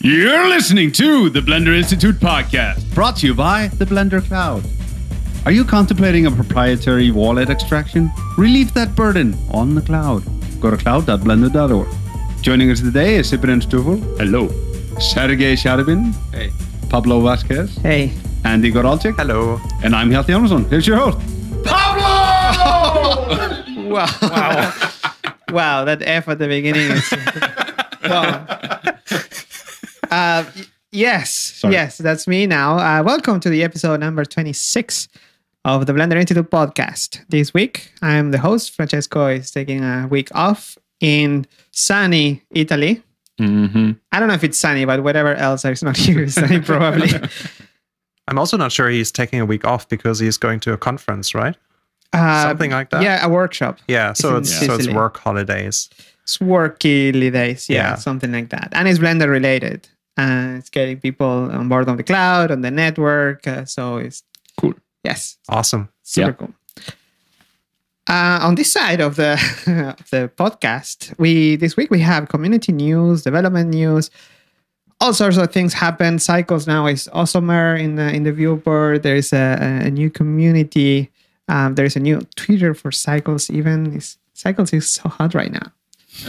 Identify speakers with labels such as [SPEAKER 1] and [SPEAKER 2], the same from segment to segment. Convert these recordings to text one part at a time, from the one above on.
[SPEAKER 1] You're listening to the Blender Institute podcast.
[SPEAKER 2] Brought to you by the Blender Cloud. Are you contemplating a proprietary wallet extraction? Relieve that burden on the cloud. Go to cloud.blender.org. Joining us today is Cyprian Stuvel,
[SPEAKER 1] Hello.
[SPEAKER 2] Sergey Sharabin,
[SPEAKER 3] Hey.
[SPEAKER 2] Pablo Vasquez,
[SPEAKER 4] Hey,
[SPEAKER 2] Andy Goralczyk,
[SPEAKER 3] Hello.
[SPEAKER 2] and I'm Healthy Amazon. Here's your host.
[SPEAKER 4] wow. Wow, that F at the beginning is. wow. Uh, y- yes, yes, that's me now. Uh, welcome to the episode number 26 of the Blender Institute podcast. This week, I'm the host. Francesco is taking a week off in sunny Italy.
[SPEAKER 3] Mm-hmm.
[SPEAKER 4] I don't know if it's sunny, but whatever else is not here is sunny probably.
[SPEAKER 3] I'm also not sure he's taking a week off because he's going to a conference, right?
[SPEAKER 4] Uh,
[SPEAKER 3] Something like that.
[SPEAKER 4] Yeah, a workshop.
[SPEAKER 3] Yeah. So
[SPEAKER 4] It's
[SPEAKER 3] it's,
[SPEAKER 4] in
[SPEAKER 3] so it's
[SPEAKER 4] Sicily.
[SPEAKER 3] work holidays.
[SPEAKER 4] it's worky days, yeah,
[SPEAKER 3] Yeah.
[SPEAKER 4] something like that. And it's Blender related. And it's getting people on board on the cloud, on the network. uh, so it's
[SPEAKER 1] Cool.
[SPEAKER 4] Yes,
[SPEAKER 3] Awesome.
[SPEAKER 4] super
[SPEAKER 1] Yeah.
[SPEAKER 4] cool. Uh, on this side of the of the podcast, we this week we have community news, development news, all sorts of things happen. Cycles now is awesomer in the in the view board. There is a, a- a new community. Um, there is a new Twitter for Cycles. Even It's- Cycles is so hot right now,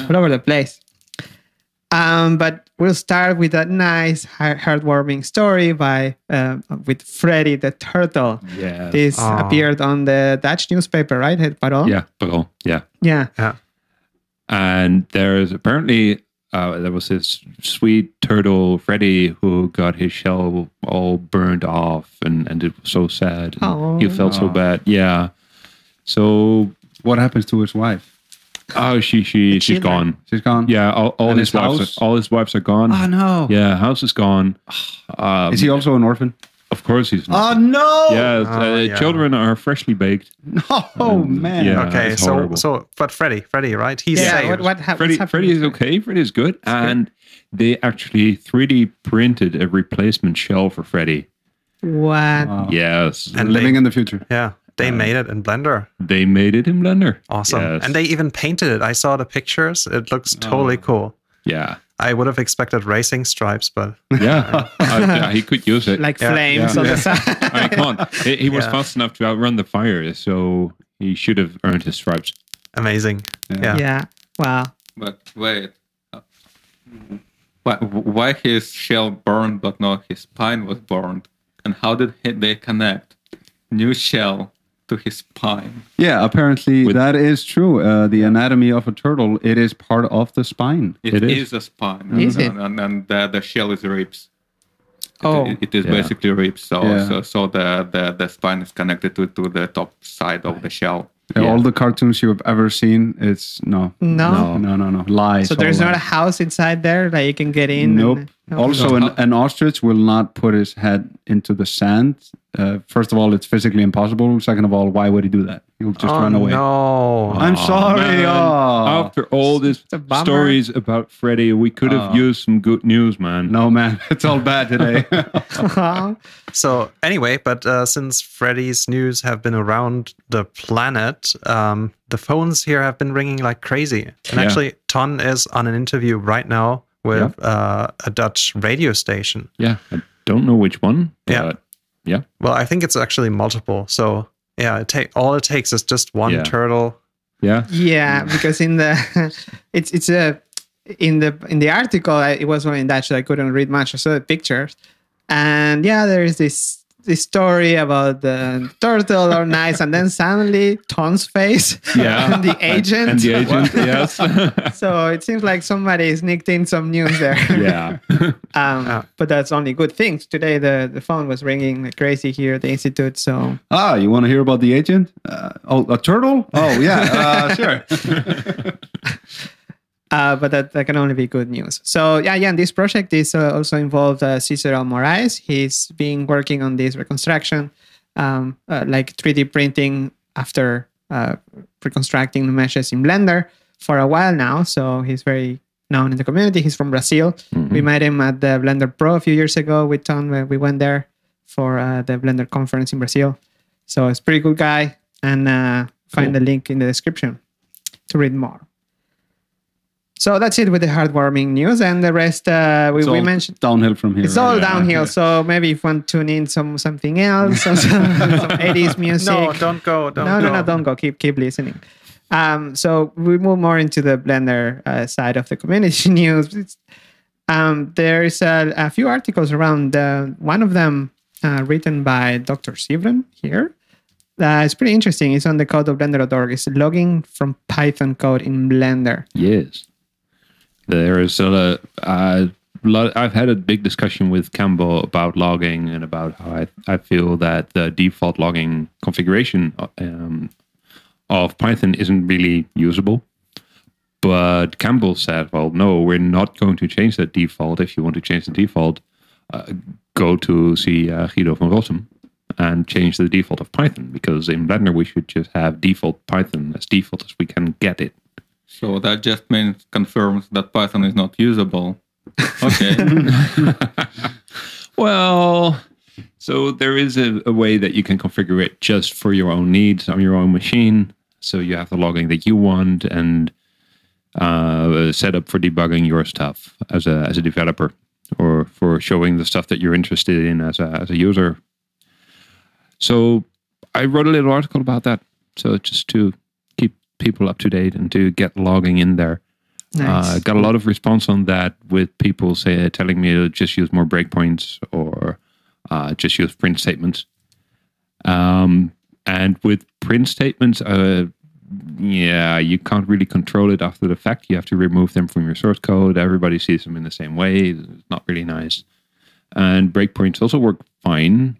[SPEAKER 4] all over the place. Um, but we'll start with a nice, heart- heartwarming story by uh, with Freddy the Turtle.
[SPEAKER 1] Yeah.
[SPEAKER 4] This
[SPEAKER 2] Ah.
[SPEAKER 3] Aw.
[SPEAKER 4] appeared on the Dutch newspaper, right? Het Parool.
[SPEAKER 1] Yeah. Bro. Yeah.
[SPEAKER 4] Yeah.
[SPEAKER 1] And there's apparently uh, there was this sweet turtle Freddy who got his shell all burned off, and and it was so sad. and
[SPEAKER 4] Oh.
[SPEAKER 1] He felt so
[SPEAKER 2] Aw.
[SPEAKER 1] bad. Yeah. So
[SPEAKER 2] What happens to his wife?
[SPEAKER 1] oh, she she she's
[SPEAKER 4] children.
[SPEAKER 1] gone.
[SPEAKER 2] She's gone?
[SPEAKER 1] Yeah. All, all
[SPEAKER 2] And
[SPEAKER 1] his
[SPEAKER 2] his
[SPEAKER 1] wives
[SPEAKER 2] house?
[SPEAKER 1] are, all his wives are gone.
[SPEAKER 2] Oh, no.
[SPEAKER 1] Yeah. House is gone. Um,
[SPEAKER 2] Is he Oh. also an orphan?
[SPEAKER 1] Of course he's. not.
[SPEAKER 2] no.
[SPEAKER 1] Yeah, uh,
[SPEAKER 3] Oh, yeah.
[SPEAKER 1] children are freshly baked.
[SPEAKER 2] Oh, man.
[SPEAKER 1] Yeah.
[SPEAKER 3] okay.
[SPEAKER 1] it's
[SPEAKER 3] So
[SPEAKER 1] horrible.
[SPEAKER 3] so but Freddy, Freddy, right? He's
[SPEAKER 4] Yeah.
[SPEAKER 3] saved.
[SPEAKER 4] What, what hap-
[SPEAKER 1] Freddy,
[SPEAKER 4] what's happening
[SPEAKER 1] Freddy is
[SPEAKER 4] with
[SPEAKER 1] okay. Freddy is good, and they actually 3D printed a replacement shell for Freddy.
[SPEAKER 4] Freddy? What?
[SPEAKER 2] Wow.
[SPEAKER 1] Yes,
[SPEAKER 3] And-
[SPEAKER 2] We're Living in the future.
[SPEAKER 3] yeah. They made it in Blender.
[SPEAKER 1] they made it in Blender.
[SPEAKER 3] Awesome.
[SPEAKER 1] Yes.
[SPEAKER 3] And they even painted it. I saw the pictures. It looks totally cool.
[SPEAKER 1] Yeah,
[SPEAKER 3] I would have expected racing stripes, but
[SPEAKER 1] yeah, Uh, yeah, he could use it.
[SPEAKER 4] Like
[SPEAKER 3] Yeah,
[SPEAKER 4] flames
[SPEAKER 2] yeah.
[SPEAKER 4] on
[SPEAKER 2] Yeah.
[SPEAKER 4] the side.
[SPEAKER 1] I can't. He, he was
[SPEAKER 3] Yeah.
[SPEAKER 1] fast enough to outrun the fire, so he should have earned his stripes.
[SPEAKER 3] amazing. Yeah.
[SPEAKER 4] yeah. Wow.
[SPEAKER 5] But wait. Why, why his shell burned, but not his spine was burned? And how did he, they connect new shell to his spine?
[SPEAKER 2] Yeah, apparently
[SPEAKER 1] With-
[SPEAKER 2] that is true. Uh, the anatomy of a turtle, it is part of the spine.
[SPEAKER 1] It
[SPEAKER 5] it
[SPEAKER 1] is.
[SPEAKER 5] is. a spine.
[SPEAKER 4] Is it?
[SPEAKER 5] and, And, and the, the shell is ribs. It-
[SPEAKER 4] Oh.
[SPEAKER 5] it- it is
[SPEAKER 1] Yeah.
[SPEAKER 5] basically ribs. So,
[SPEAKER 2] Yeah.
[SPEAKER 5] so, so the, the, the spine is connected to, to the top side of the shell.
[SPEAKER 1] Yeah.
[SPEAKER 2] Uh, All the cartoons you have ever seen, it's no,
[SPEAKER 4] No.
[SPEAKER 2] no, no, no, lies.
[SPEAKER 4] So
[SPEAKER 2] all
[SPEAKER 4] there's not a
[SPEAKER 2] lies.
[SPEAKER 4] house inside there that you can get in.
[SPEAKER 2] nope.
[SPEAKER 4] and- no.
[SPEAKER 2] Also, an,
[SPEAKER 5] No.
[SPEAKER 2] an ostrich will not put his head into the sand. Uh, first of all, it's physically impossible. Second of all, why would he do that? He'll just
[SPEAKER 3] oh,
[SPEAKER 2] run away.
[SPEAKER 3] No.
[SPEAKER 2] I'm
[SPEAKER 1] Aw,
[SPEAKER 2] sorry.
[SPEAKER 1] man.
[SPEAKER 2] Oh.
[SPEAKER 1] After all these
[SPEAKER 4] a bummer.
[SPEAKER 1] stories about Freddy, we could have
[SPEAKER 2] Oh.
[SPEAKER 1] used some good news, man.
[SPEAKER 2] No, man, it's all bad today.
[SPEAKER 3] So anyway, but uh, since Freddy's news have been around the planet, um, the phones here have been ringing like crazy. And
[SPEAKER 1] Yeah.
[SPEAKER 3] actually, Ton is on an interview right now with uh, a Dutch radio station.
[SPEAKER 1] Yeah, I don't know which one.
[SPEAKER 3] Yeah.
[SPEAKER 1] but
[SPEAKER 3] Well, I think it's actually multiple. So yeah, it ta- all it takes is just one
[SPEAKER 1] Yeah.
[SPEAKER 3] turtle.
[SPEAKER 1] yeah,
[SPEAKER 4] yeah, because in the it's it's a in the in the article I, it was only in Dutch, so I couldn't read much. I saw the pictures, and yeah, there is this this story about the turtle or nice, and then suddenly Ton's face,
[SPEAKER 1] Yeah.
[SPEAKER 4] and the agent,
[SPEAKER 1] and the agent, yes,
[SPEAKER 4] So it seems like somebody sneaked in some news there.
[SPEAKER 1] yeah.
[SPEAKER 4] Um,
[SPEAKER 3] Yeah.
[SPEAKER 4] But that's only good things. Today the, the phone was ringing like crazy here at the institute. So
[SPEAKER 2] ah, you want to hear about the agent? Uh, oh, a turtle? Oh, yeah, uh, sure.
[SPEAKER 4] Uh, but that, that can only be good news. So yeah, yeah. And this project is uh, also involved uh, Cicero Moraes. He's been working on this reconstruction, um, uh, like 3D printing after uh, reconstructing the meshes in Blender for a while now. So he's very known in the community. He's from Brazil. We
[SPEAKER 2] Mm-hmm.
[SPEAKER 4] met him at the Blender Pro a few years ago with Tom. When we went there for uh, the Blender conference in Brazil. So he's a pretty good guy. And uh, find the link in the description to read more. So that's it with the heartwarming news, and the rest uh, we,
[SPEAKER 2] It's
[SPEAKER 4] we
[SPEAKER 2] all
[SPEAKER 4] mentioned.
[SPEAKER 2] downhill from here.
[SPEAKER 4] It's
[SPEAKER 2] right?
[SPEAKER 4] all
[SPEAKER 1] yeah,
[SPEAKER 4] downhill,
[SPEAKER 1] yeah.
[SPEAKER 4] so maybe if you want to tune in some something else, or some, some 80s music.
[SPEAKER 3] No, don't go. Don't
[SPEAKER 4] no,
[SPEAKER 3] go.
[SPEAKER 4] no, no, don't go. Keep keep listening. Um, so we move more into the Blender uh, side of the community news. It's- um, there is a, a few articles around. Uh, one of them uh, written by Dr. Sivran here. Uh, it's pretty interesting. It's on the code of blender.org. It's logging from Python code in Blender.
[SPEAKER 1] Yes. There is a, a lot. I've had a big discussion with Campbell about logging and about how I, I feel that the default logging configuration um, of Python isn't really usable. But Campbell said, well, no, we're not going to change that default. If you want to change the default, uh, go to see uh, Guido van Rossum and change the default of Python because in Blender we should just have default Python as default as we can get it.
[SPEAKER 5] So that just means confirms that Python is not usable. Okay.
[SPEAKER 1] Well, so there is a, a way that you can configure it just for your own needs on your own machine. So you have the logging that you want and uh, set up for debugging your stuff as a as a developer or for showing the stuff that you're interested in as a as a user. So I wrote a little article about that. So just to keep people up to date and to get logging in there. Uh,
[SPEAKER 4] Nice.
[SPEAKER 1] got a lot of response on that with people say telling me to just use more breakpoints or uh, just use print statements. Um, and with print statements, uh, yeah, you can't really control it after the fact. You have to remove them from your source code. Everybody sees them in the same way. It's not really nice. And breakpoints also work fine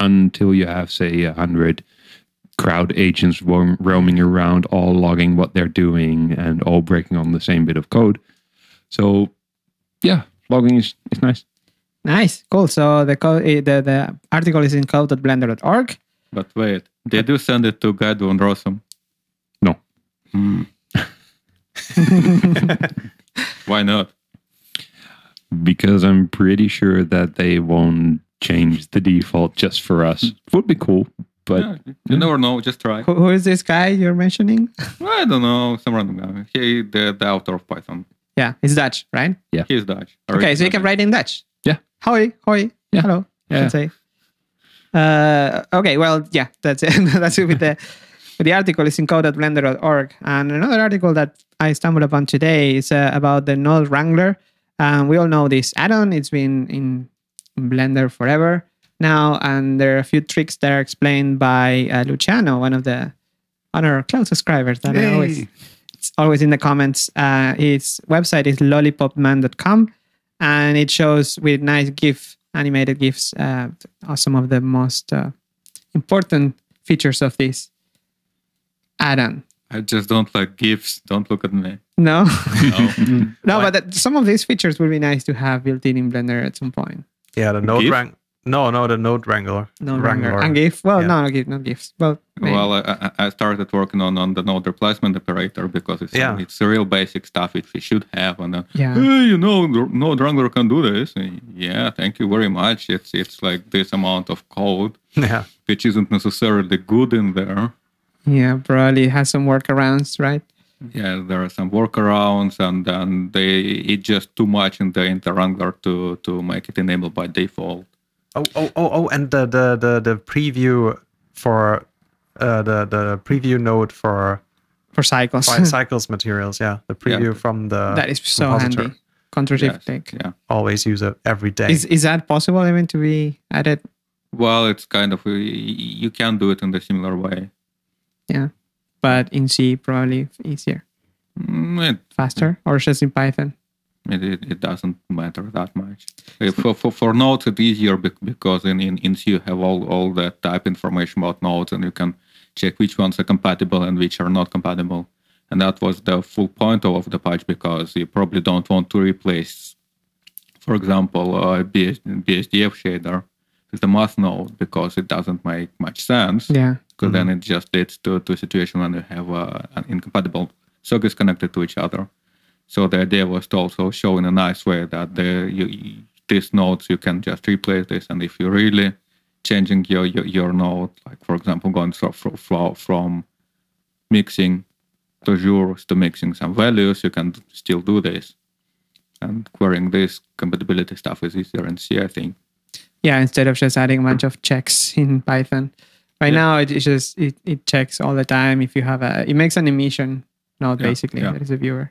[SPEAKER 1] until you have, say, a hundred crowd agents roam, roaming around, all logging what they're doing and all breaking on the same bit of code. So, yeah, logging is, is nice.
[SPEAKER 4] nice. Cool. So the code, eh, the, the article is in code.blender.org.
[SPEAKER 5] but wait, they do send it to Guido and Rossum.
[SPEAKER 1] No.
[SPEAKER 5] Hmm. Why not?
[SPEAKER 1] because I'm pretty sure that they won't change the default just for us. Would be cool, but
[SPEAKER 5] Yeah, you never know. Just try.
[SPEAKER 4] Who, who is this guy you're mentioning?
[SPEAKER 5] I don't know. Some random guy. He the, the author of Python.
[SPEAKER 4] yeah, it's Dutch, right?
[SPEAKER 5] He's Dutch.
[SPEAKER 4] Okay, so you can write in Dutch.
[SPEAKER 1] Yeah.
[SPEAKER 4] Hoi, hoi.
[SPEAKER 1] Yeah.
[SPEAKER 4] Hello.
[SPEAKER 1] Yeah.
[SPEAKER 4] I can say. Uh, okay, well, yeah, that's it. that's it with the with the article. It's in code.blender.org. And another article that I stumbled upon today is uh, about the Node Wrangler. Um, we all know this add-on. It's been in, in Blender forever now, and there are a few tricks that are explained by uh, Luciano, one of the on our cloud subscribers that I always it's always in the comments. Uh, his website is lollipopman.com and it shows with nice GIF, animated GIFs, uh, are some of the most uh, important features of this add on.
[SPEAKER 5] I just don't like gifs. Don't look at me.
[SPEAKER 4] No,
[SPEAKER 5] No.
[SPEAKER 4] no,
[SPEAKER 3] Why?
[SPEAKER 4] but that, some of these features would be nice to have built in in Blender at some point.
[SPEAKER 3] Yeah, the node
[SPEAKER 5] GIF?
[SPEAKER 3] rank. No, no, the node wrangler.
[SPEAKER 4] No Wrangler. And GIF? Well, no, no GIF, not GIFs. Well, maybe.
[SPEAKER 5] Well, I- I, I started working on, on the node replacement operator because it's
[SPEAKER 3] Yeah.
[SPEAKER 5] it's real basic stuff which we should have. And then,
[SPEAKER 4] Yeah.
[SPEAKER 5] hey, you know, node wrangler can do this. And, yeah, thank you very much. It's it's like this amount of code
[SPEAKER 3] Yeah.
[SPEAKER 5] which isn't necessarily good in there.
[SPEAKER 4] yeah, probably has some workarounds, right?
[SPEAKER 5] Yeah, there are some workarounds, and then they it's just too much in the inter wrangler to to make it enabled by default.
[SPEAKER 3] Oh, oh, oh, oh, and the the the, the preview for uh, the the preview node for
[SPEAKER 4] For cycles.
[SPEAKER 3] Cy- cycles materials. Yeah, the preview from the
[SPEAKER 4] that is so
[SPEAKER 3] compositor.
[SPEAKER 4] handy. Control
[SPEAKER 5] Yes,
[SPEAKER 4] shift click.
[SPEAKER 5] Yeah.
[SPEAKER 3] Always use it every day.
[SPEAKER 4] Is, is that possible even to be added?
[SPEAKER 5] Well, it's kind of you can do it in the similar way.
[SPEAKER 4] But in C, probably easier,
[SPEAKER 5] Mm, It
[SPEAKER 4] faster, or just in Python.
[SPEAKER 5] it, it, it doesn't matter that much. Uh, For, for, for nodes, it's easier bec- because in, in, in C you have all, all the type information about nodes and you can check which ones are compatible and which are not compatible. And that was the full point of the patch because you probably don't want to replace, for example, uh, a BS, BSDF shader with a math node because it doesn't make much sense
[SPEAKER 4] Yeah.
[SPEAKER 5] because then it just leads to, to a situation when you have uh, an incompatible circuits connected to each other. So the idea was to also show in a nice way that the you- you, these nodes you can just replace this, and if you're really changing your your, your node, like for example, going from from, from mixing to Azure to mixing some values, you can still do this. And querying this compatibility stuff is easier in C, I think.
[SPEAKER 4] Yeah, instead of just adding a bunch of checks in Python. Right
[SPEAKER 5] Yeah.
[SPEAKER 4] now, it, it just it, it checks all the time. If you have a, it makes an emission node
[SPEAKER 5] Yeah,
[SPEAKER 4] basically
[SPEAKER 5] yeah.
[SPEAKER 4] that is a viewer.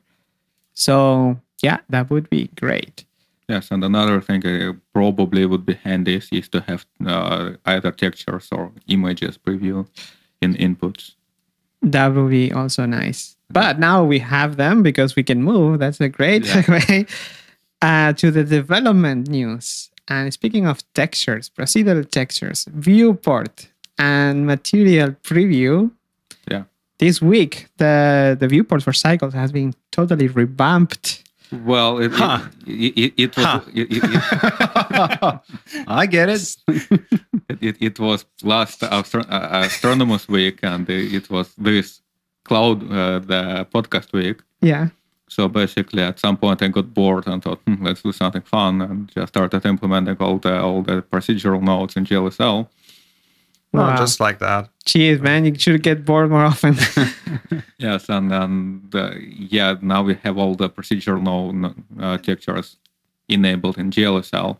[SPEAKER 4] So yeah, that would be great.
[SPEAKER 5] Yes, and another thing uh, probably would be handy is- is to have uh, either textures or images preview in inputs.
[SPEAKER 4] That would be also nice. But now we have them because we can move. That's a great
[SPEAKER 5] Yeah.
[SPEAKER 4] segue uh, to the development news. And speaking of textures, procedural textures, viewport, and material preview.
[SPEAKER 5] Yeah.
[SPEAKER 4] This week, the, the viewport for Cycles has been totally revamped.
[SPEAKER 5] Well, it,
[SPEAKER 3] Huh.
[SPEAKER 5] it, it, it, was,
[SPEAKER 3] Huh.
[SPEAKER 5] it, it, it-
[SPEAKER 2] I get it.
[SPEAKER 5] it, it, it was last astro- uh, astronomers week and it it was this cloud uh, the podcast week
[SPEAKER 4] Yeah.
[SPEAKER 5] so basically at some point i got bored and thought hmm, let's do something fun and just started implementing all the all the procedural nodes in glsl
[SPEAKER 3] No,
[SPEAKER 4] Wow.
[SPEAKER 3] just like that.
[SPEAKER 4] Jeez, man, you should get bored more often.
[SPEAKER 5] yes and and uh, yeah now we have all the procedural node uh, textures enabled in glsl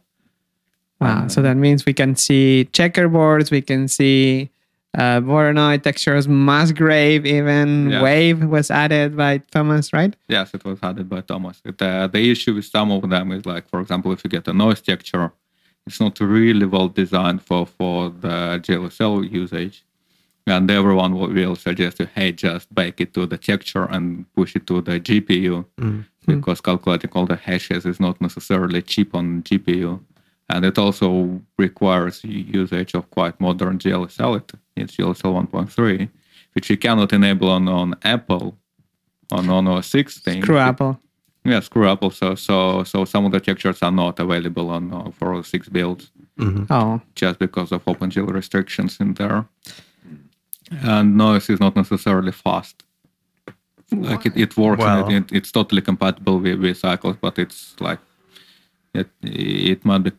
[SPEAKER 4] Wow. Ah, So that means we can see checkerboards, we can see uh, Voronoi textures, Musgrave, even
[SPEAKER 5] Yeah.
[SPEAKER 4] Wave was added by Thomas, right?
[SPEAKER 5] Yes, it was added by Thomas. It, uh, the issue with some of them is like, for example, if you get a noise texture, it's not really well designed for for the JLSL usage, and everyone will, will suggest you, hey, just bake it to the texture and push it to the GPU
[SPEAKER 4] Mm-hmm.
[SPEAKER 3] Mm.
[SPEAKER 5] because calculating all the hashes is not necessarily cheap on GPU, and it also requires usage of quite modern JLSL. It, it's JLSL 1.3, which you cannot enable on on Apple. On on OS 6 thing,
[SPEAKER 4] Screw Apple.
[SPEAKER 5] yeah, screw Apple. So so so some of the textures are not available on uh, for all six builds
[SPEAKER 3] Mhm.
[SPEAKER 4] Oh,
[SPEAKER 5] just because of OpenGL restrictions in there. And noise is not necessarily fast. Like it, it works
[SPEAKER 3] Well-
[SPEAKER 5] and it, it, it's totally compatible with, with cycles, but it's like it it might be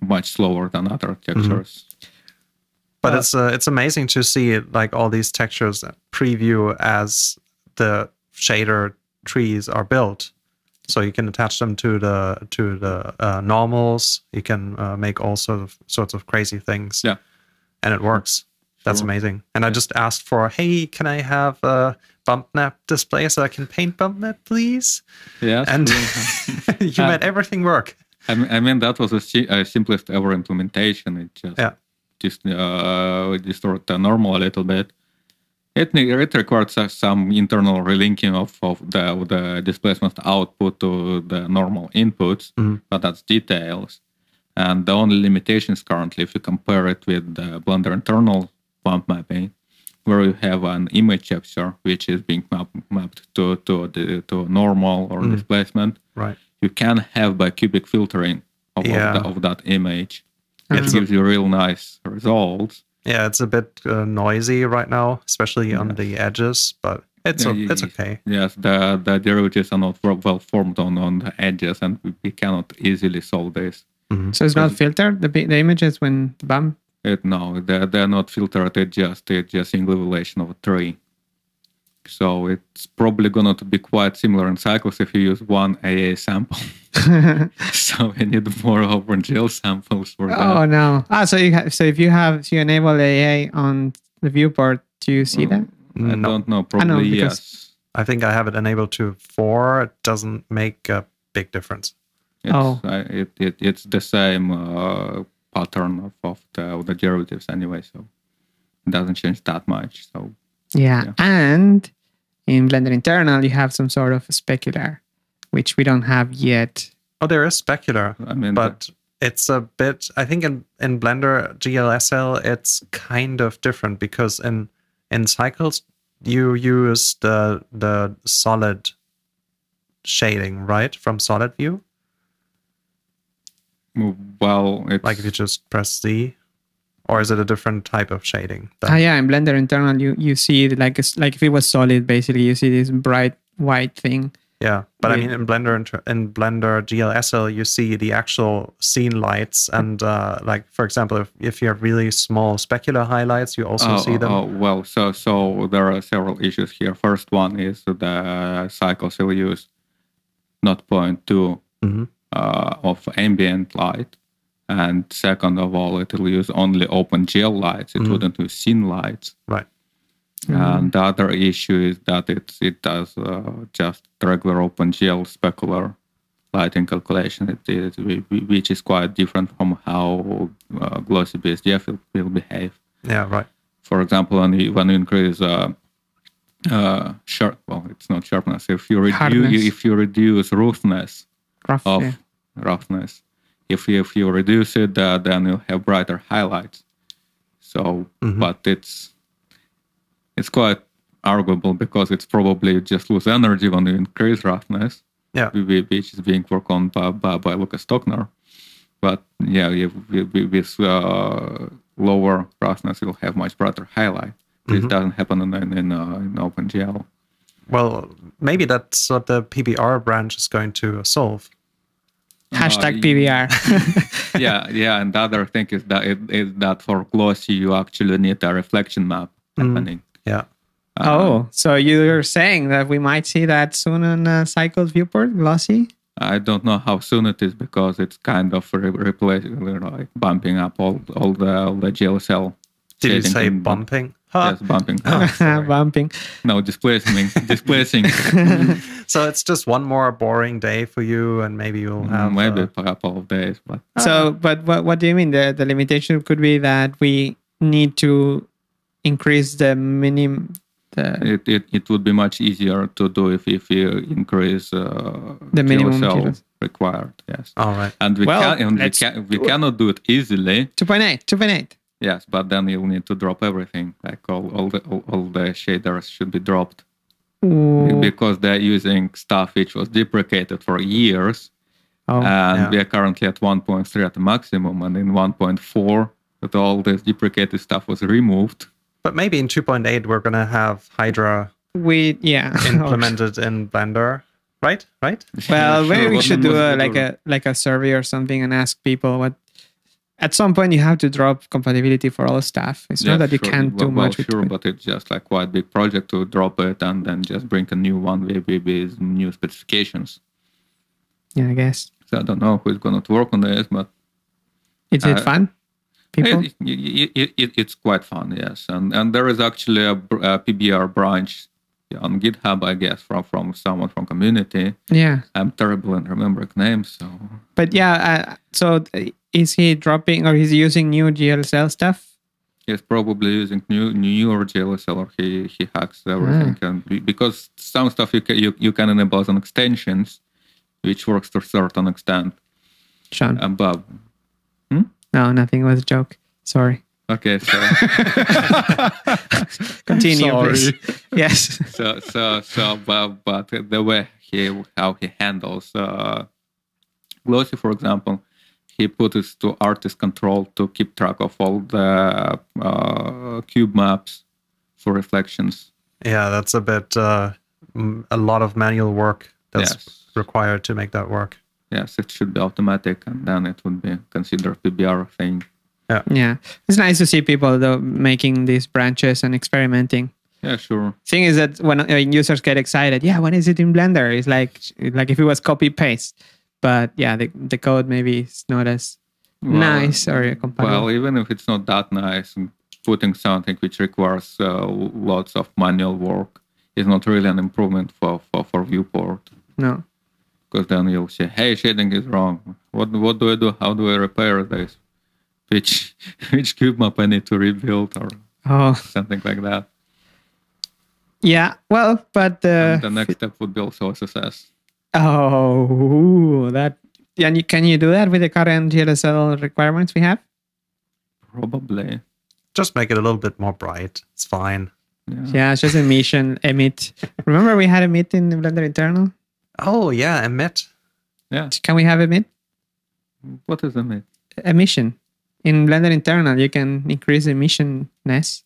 [SPEAKER 5] much slower than other textures.
[SPEAKER 3] But it's uh, it's amazing to see like all these textures preview as the shader trees are built. So you can attach them to the to the uh, normals. You can uh, make all sort of sorts of crazy things.
[SPEAKER 5] Yeah.
[SPEAKER 3] and it works. That's
[SPEAKER 5] Sure.
[SPEAKER 3] amazing. And I just asked for, hey, can I have a bump map display so I can paint bump map, please?
[SPEAKER 5] Yes.
[SPEAKER 3] Mm-hmm. And you
[SPEAKER 5] Uh,
[SPEAKER 3] made everything work.
[SPEAKER 5] I mean, I mean that was the si- uh, simplest ever implementation. It just
[SPEAKER 3] Yeah.
[SPEAKER 5] just uh, distort the normal a little bit. It ne- it requires uh, some internal relinking of, of the of the displacement output to the normal inputs,
[SPEAKER 3] Mhm.
[SPEAKER 5] but that's details. And the only limitations currently, if you compare it with the Blender internal bump mapping, where you have an image texture which is being map- mapped to to the, to normal or
[SPEAKER 3] Mhm.
[SPEAKER 5] displacement,
[SPEAKER 3] Right.
[SPEAKER 5] you can have by cubic filtering of, of
[SPEAKER 3] Yeah.
[SPEAKER 5] the- of, that image. It
[SPEAKER 3] It's a-
[SPEAKER 5] gives you real nice results.
[SPEAKER 3] Yeah, it's a bit uh, noisy right now, especially on the edges, but it's
[SPEAKER 5] Yeah,
[SPEAKER 3] o-
[SPEAKER 5] yeah,
[SPEAKER 3] it's
[SPEAKER 5] yeah.
[SPEAKER 3] okay.
[SPEAKER 5] Yes, the, the derivatives are not well- well formed on, on the edges, and we- we cannot easily solve this.
[SPEAKER 4] so it's not filtered. The, pi- the images when bam.
[SPEAKER 5] It, no, they're, they're not filtered. It just it just single relation of a tree. So it's probably going to be quite similar in cycles if you use one AA sample. so we need more OpenGL samples for that.
[SPEAKER 4] Oh no. Ah, so you ha- so if you have so you enable AA on the viewport, do you see that?
[SPEAKER 5] I
[SPEAKER 3] Mm, No,
[SPEAKER 5] don't know. Probably
[SPEAKER 4] because-
[SPEAKER 5] yes.
[SPEAKER 3] I think I have it enabled to four. It doesn't make a big difference.
[SPEAKER 5] It's,
[SPEAKER 4] Oh.
[SPEAKER 5] uh, it, it, it's the same uh, pattern of, of, the, of the derivatives anyway, so it doesn't change that much. So
[SPEAKER 4] Yeah.
[SPEAKER 5] Yeah.
[SPEAKER 4] And in Blender internal, you have some sort of specular, which we don't have yet.
[SPEAKER 3] Oh, there is specular,
[SPEAKER 5] I mean,
[SPEAKER 3] but it's a bit. I think in in Blender GLSL, it's kind of different because in in cycles you use the the solid shading right from solid view.
[SPEAKER 5] the- well, it's
[SPEAKER 3] Like if you just press Z, or is it a different type of shading?
[SPEAKER 4] Ah, yeah, in Blender internal, you you see it like it's like if it was solid, basically, you see this bright white thing.
[SPEAKER 3] Yeah, but I
[SPEAKER 4] Yeah.
[SPEAKER 3] mean, in Blender and tr- in Blender GLSL, you see the actual scene lights, and uh, like for example, if, if you have really small specular highlights, you also
[SPEAKER 5] Oh,
[SPEAKER 3] see them.
[SPEAKER 5] oh, well, so so there are several issues here. First one is the cycles will use 0.2
[SPEAKER 3] Mhm.
[SPEAKER 5] uh, of ambient light, and second of all, it will use only open GL lights. It
[SPEAKER 3] Mhm.
[SPEAKER 5] wouldn't use scene lights.
[SPEAKER 3] Right.
[SPEAKER 5] And the other issue is that it it does uh, just regular OpenGL specular lighting calculation, it, it, whi- whi- which is quite different from how uh, glossy BSDF will, will behave
[SPEAKER 3] Yeah, right.
[SPEAKER 5] for example, when you when you increase uh, uh, sharp, well, it's not sharpness. If you
[SPEAKER 4] Hardness.
[SPEAKER 5] reduce, if you reduce roughness
[SPEAKER 4] Rough,
[SPEAKER 5] of
[SPEAKER 4] yeah.
[SPEAKER 5] roughness, if you, if you reduce it, uh, then you'll have brighter highlights. So,
[SPEAKER 3] Mhm.
[SPEAKER 5] but it's it's quite arguable because it's probably just lose energy when you increase roughness.
[SPEAKER 3] Yeah.
[SPEAKER 5] whi- whi- which is being worked on by by, by Lucas Stockner. But yeah, yeah wi- wi- with uh, lower roughness, you'll have much brighter highlight. This
[SPEAKER 3] Mhm.
[SPEAKER 5] doesn't happen in in, in, uh, in OpenGL.
[SPEAKER 3] Well, maybe that's what the PBR branch is going to solve.
[SPEAKER 5] Uh,
[SPEAKER 4] Hashtag PBR.
[SPEAKER 5] yeah, yeah. And the other thing is that it, is that for glossy, you actually need a reflection map
[SPEAKER 3] Mm.
[SPEAKER 5] happening.
[SPEAKER 3] Yeah,
[SPEAKER 4] oh, so you're saying that we might see that soon on uh, Cycles Viewport, Glossy?
[SPEAKER 5] I don't know how soon it is because it's kind of re- replacing, like bumping up all all the all the GLSL.
[SPEAKER 3] did you
[SPEAKER 5] shading
[SPEAKER 3] say
[SPEAKER 5] and-
[SPEAKER 3] bumping? Huh?
[SPEAKER 5] Yes, bumping.
[SPEAKER 4] Bumping.
[SPEAKER 5] no, displacing, displacing.
[SPEAKER 3] So it's just one more boring day for you, and maybe you'll have
[SPEAKER 5] Mm, Maybe
[SPEAKER 3] uh,
[SPEAKER 5] a couple of days, but
[SPEAKER 4] So, but what, what do you mean? The, the limitation could be that we need to increase the minimum, the,
[SPEAKER 5] it, it, it would be much easier to do if, if you increase uh,
[SPEAKER 4] The minimum
[SPEAKER 5] GSL
[SPEAKER 4] GSL.
[SPEAKER 5] required. Yes,
[SPEAKER 3] all right.
[SPEAKER 5] and we
[SPEAKER 4] Well,
[SPEAKER 5] can and we,
[SPEAKER 4] let's-
[SPEAKER 5] can, we cannot do it easily.
[SPEAKER 4] 2.8, 2.8.
[SPEAKER 5] Yes, but then you'll need to drop everything. Like all all the all, all the shaders should be dropped
[SPEAKER 4] Ooh.
[SPEAKER 5] because they're using stuff which was deprecated for years,
[SPEAKER 4] Oh.
[SPEAKER 5] and
[SPEAKER 3] yeah.
[SPEAKER 5] we are currently at 1.3 at the maximum, and in 1.4, that all this deprecated stuff was removed.
[SPEAKER 3] But maybe in 2.8 we're gonna have Hydra
[SPEAKER 4] we, yeah.
[SPEAKER 3] implemented in Blender, right? Right?
[SPEAKER 4] Well,
[SPEAKER 5] Sure,
[SPEAKER 4] maybe we
[SPEAKER 5] what
[SPEAKER 4] should do
[SPEAKER 5] numbers
[SPEAKER 4] a,
[SPEAKER 5] we
[SPEAKER 4] like a like a survey or something and ask people what. At some point, you have to drop compatibility for all stuff. It's
[SPEAKER 5] Yeah,
[SPEAKER 4] not that you
[SPEAKER 5] sure.
[SPEAKER 4] can't do
[SPEAKER 5] well, well,
[SPEAKER 4] much. with
[SPEAKER 5] sure,
[SPEAKER 4] it.
[SPEAKER 5] but it's just like quite big project to drop it and then just bring a new one with, with- with new specifications.
[SPEAKER 4] yeah, I guess.
[SPEAKER 5] So I don't know who's going to work on this, but
[SPEAKER 4] Is it
[SPEAKER 5] Uh,
[SPEAKER 4] fun? People.
[SPEAKER 5] it, it, it, it, it's quite fun, yes. And and there is actually a, br- a PBR branch on GitHub, I guess, from from someone from community.
[SPEAKER 4] yeah,
[SPEAKER 5] I'm terrible in remembering names, so
[SPEAKER 4] but yeah. Uh, so uh, is he dropping or he's using new GLSL stuff?
[SPEAKER 5] he's probably using new newer GLSL or he he hacks everything and be- because some stuff you can you, you can enable as an extensions, which works to a certain extent.
[SPEAKER 4] Sean.
[SPEAKER 5] above.
[SPEAKER 4] no, nothing. It was a joke. Sorry.
[SPEAKER 5] Okay, so
[SPEAKER 4] Continue, please. Yes.
[SPEAKER 5] so so so but, but the way he how he handles uh, glossy, for example, he puts it to artist control to keep track of all the uh, cube maps for reflections.
[SPEAKER 3] Yeah, that's a bit uh, m- a lot of manual work that's
[SPEAKER 5] yes,
[SPEAKER 3] required to make that work.
[SPEAKER 5] yes, it should be automatic, and then it would be considered PBR thing.
[SPEAKER 4] Yeah, it's nice to see people though making these branches and experimenting.
[SPEAKER 5] Yeah, sure.
[SPEAKER 4] thing is that when uh, users get excited, yeah, when is it in Blender? It's like like if it was copy paste, but yeah, the, the code maybe is not as
[SPEAKER 5] Well,
[SPEAKER 4] nice or compatible.
[SPEAKER 5] Well, even if it's not that nice, putting something which requires uh, lots of manual work is not really an improvement for, for, for viewport.
[SPEAKER 4] no,
[SPEAKER 5] Because then you'll say, hey, shading is wrong. What what do I do? How do I repair this? Which which cube map I need to rebuild or
[SPEAKER 4] oh
[SPEAKER 5] something like that.
[SPEAKER 4] yeah, well, but uh,
[SPEAKER 5] and the next step would be also SSS.
[SPEAKER 4] oh ooh, that and you, can you do that with the current GLSL requirements we have?
[SPEAKER 5] Probably.
[SPEAKER 3] Just make it a little bit more bright. It's fine.
[SPEAKER 5] Yeah.
[SPEAKER 4] Yeah, it's just emission emit. Remember we had emit in the Blender internal.
[SPEAKER 3] Oh yeah, emit.
[SPEAKER 4] Can we have emit
[SPEAKER 5] What is in it?
[SPEAKER 4] emission in Blender internal? You can increase emissionness.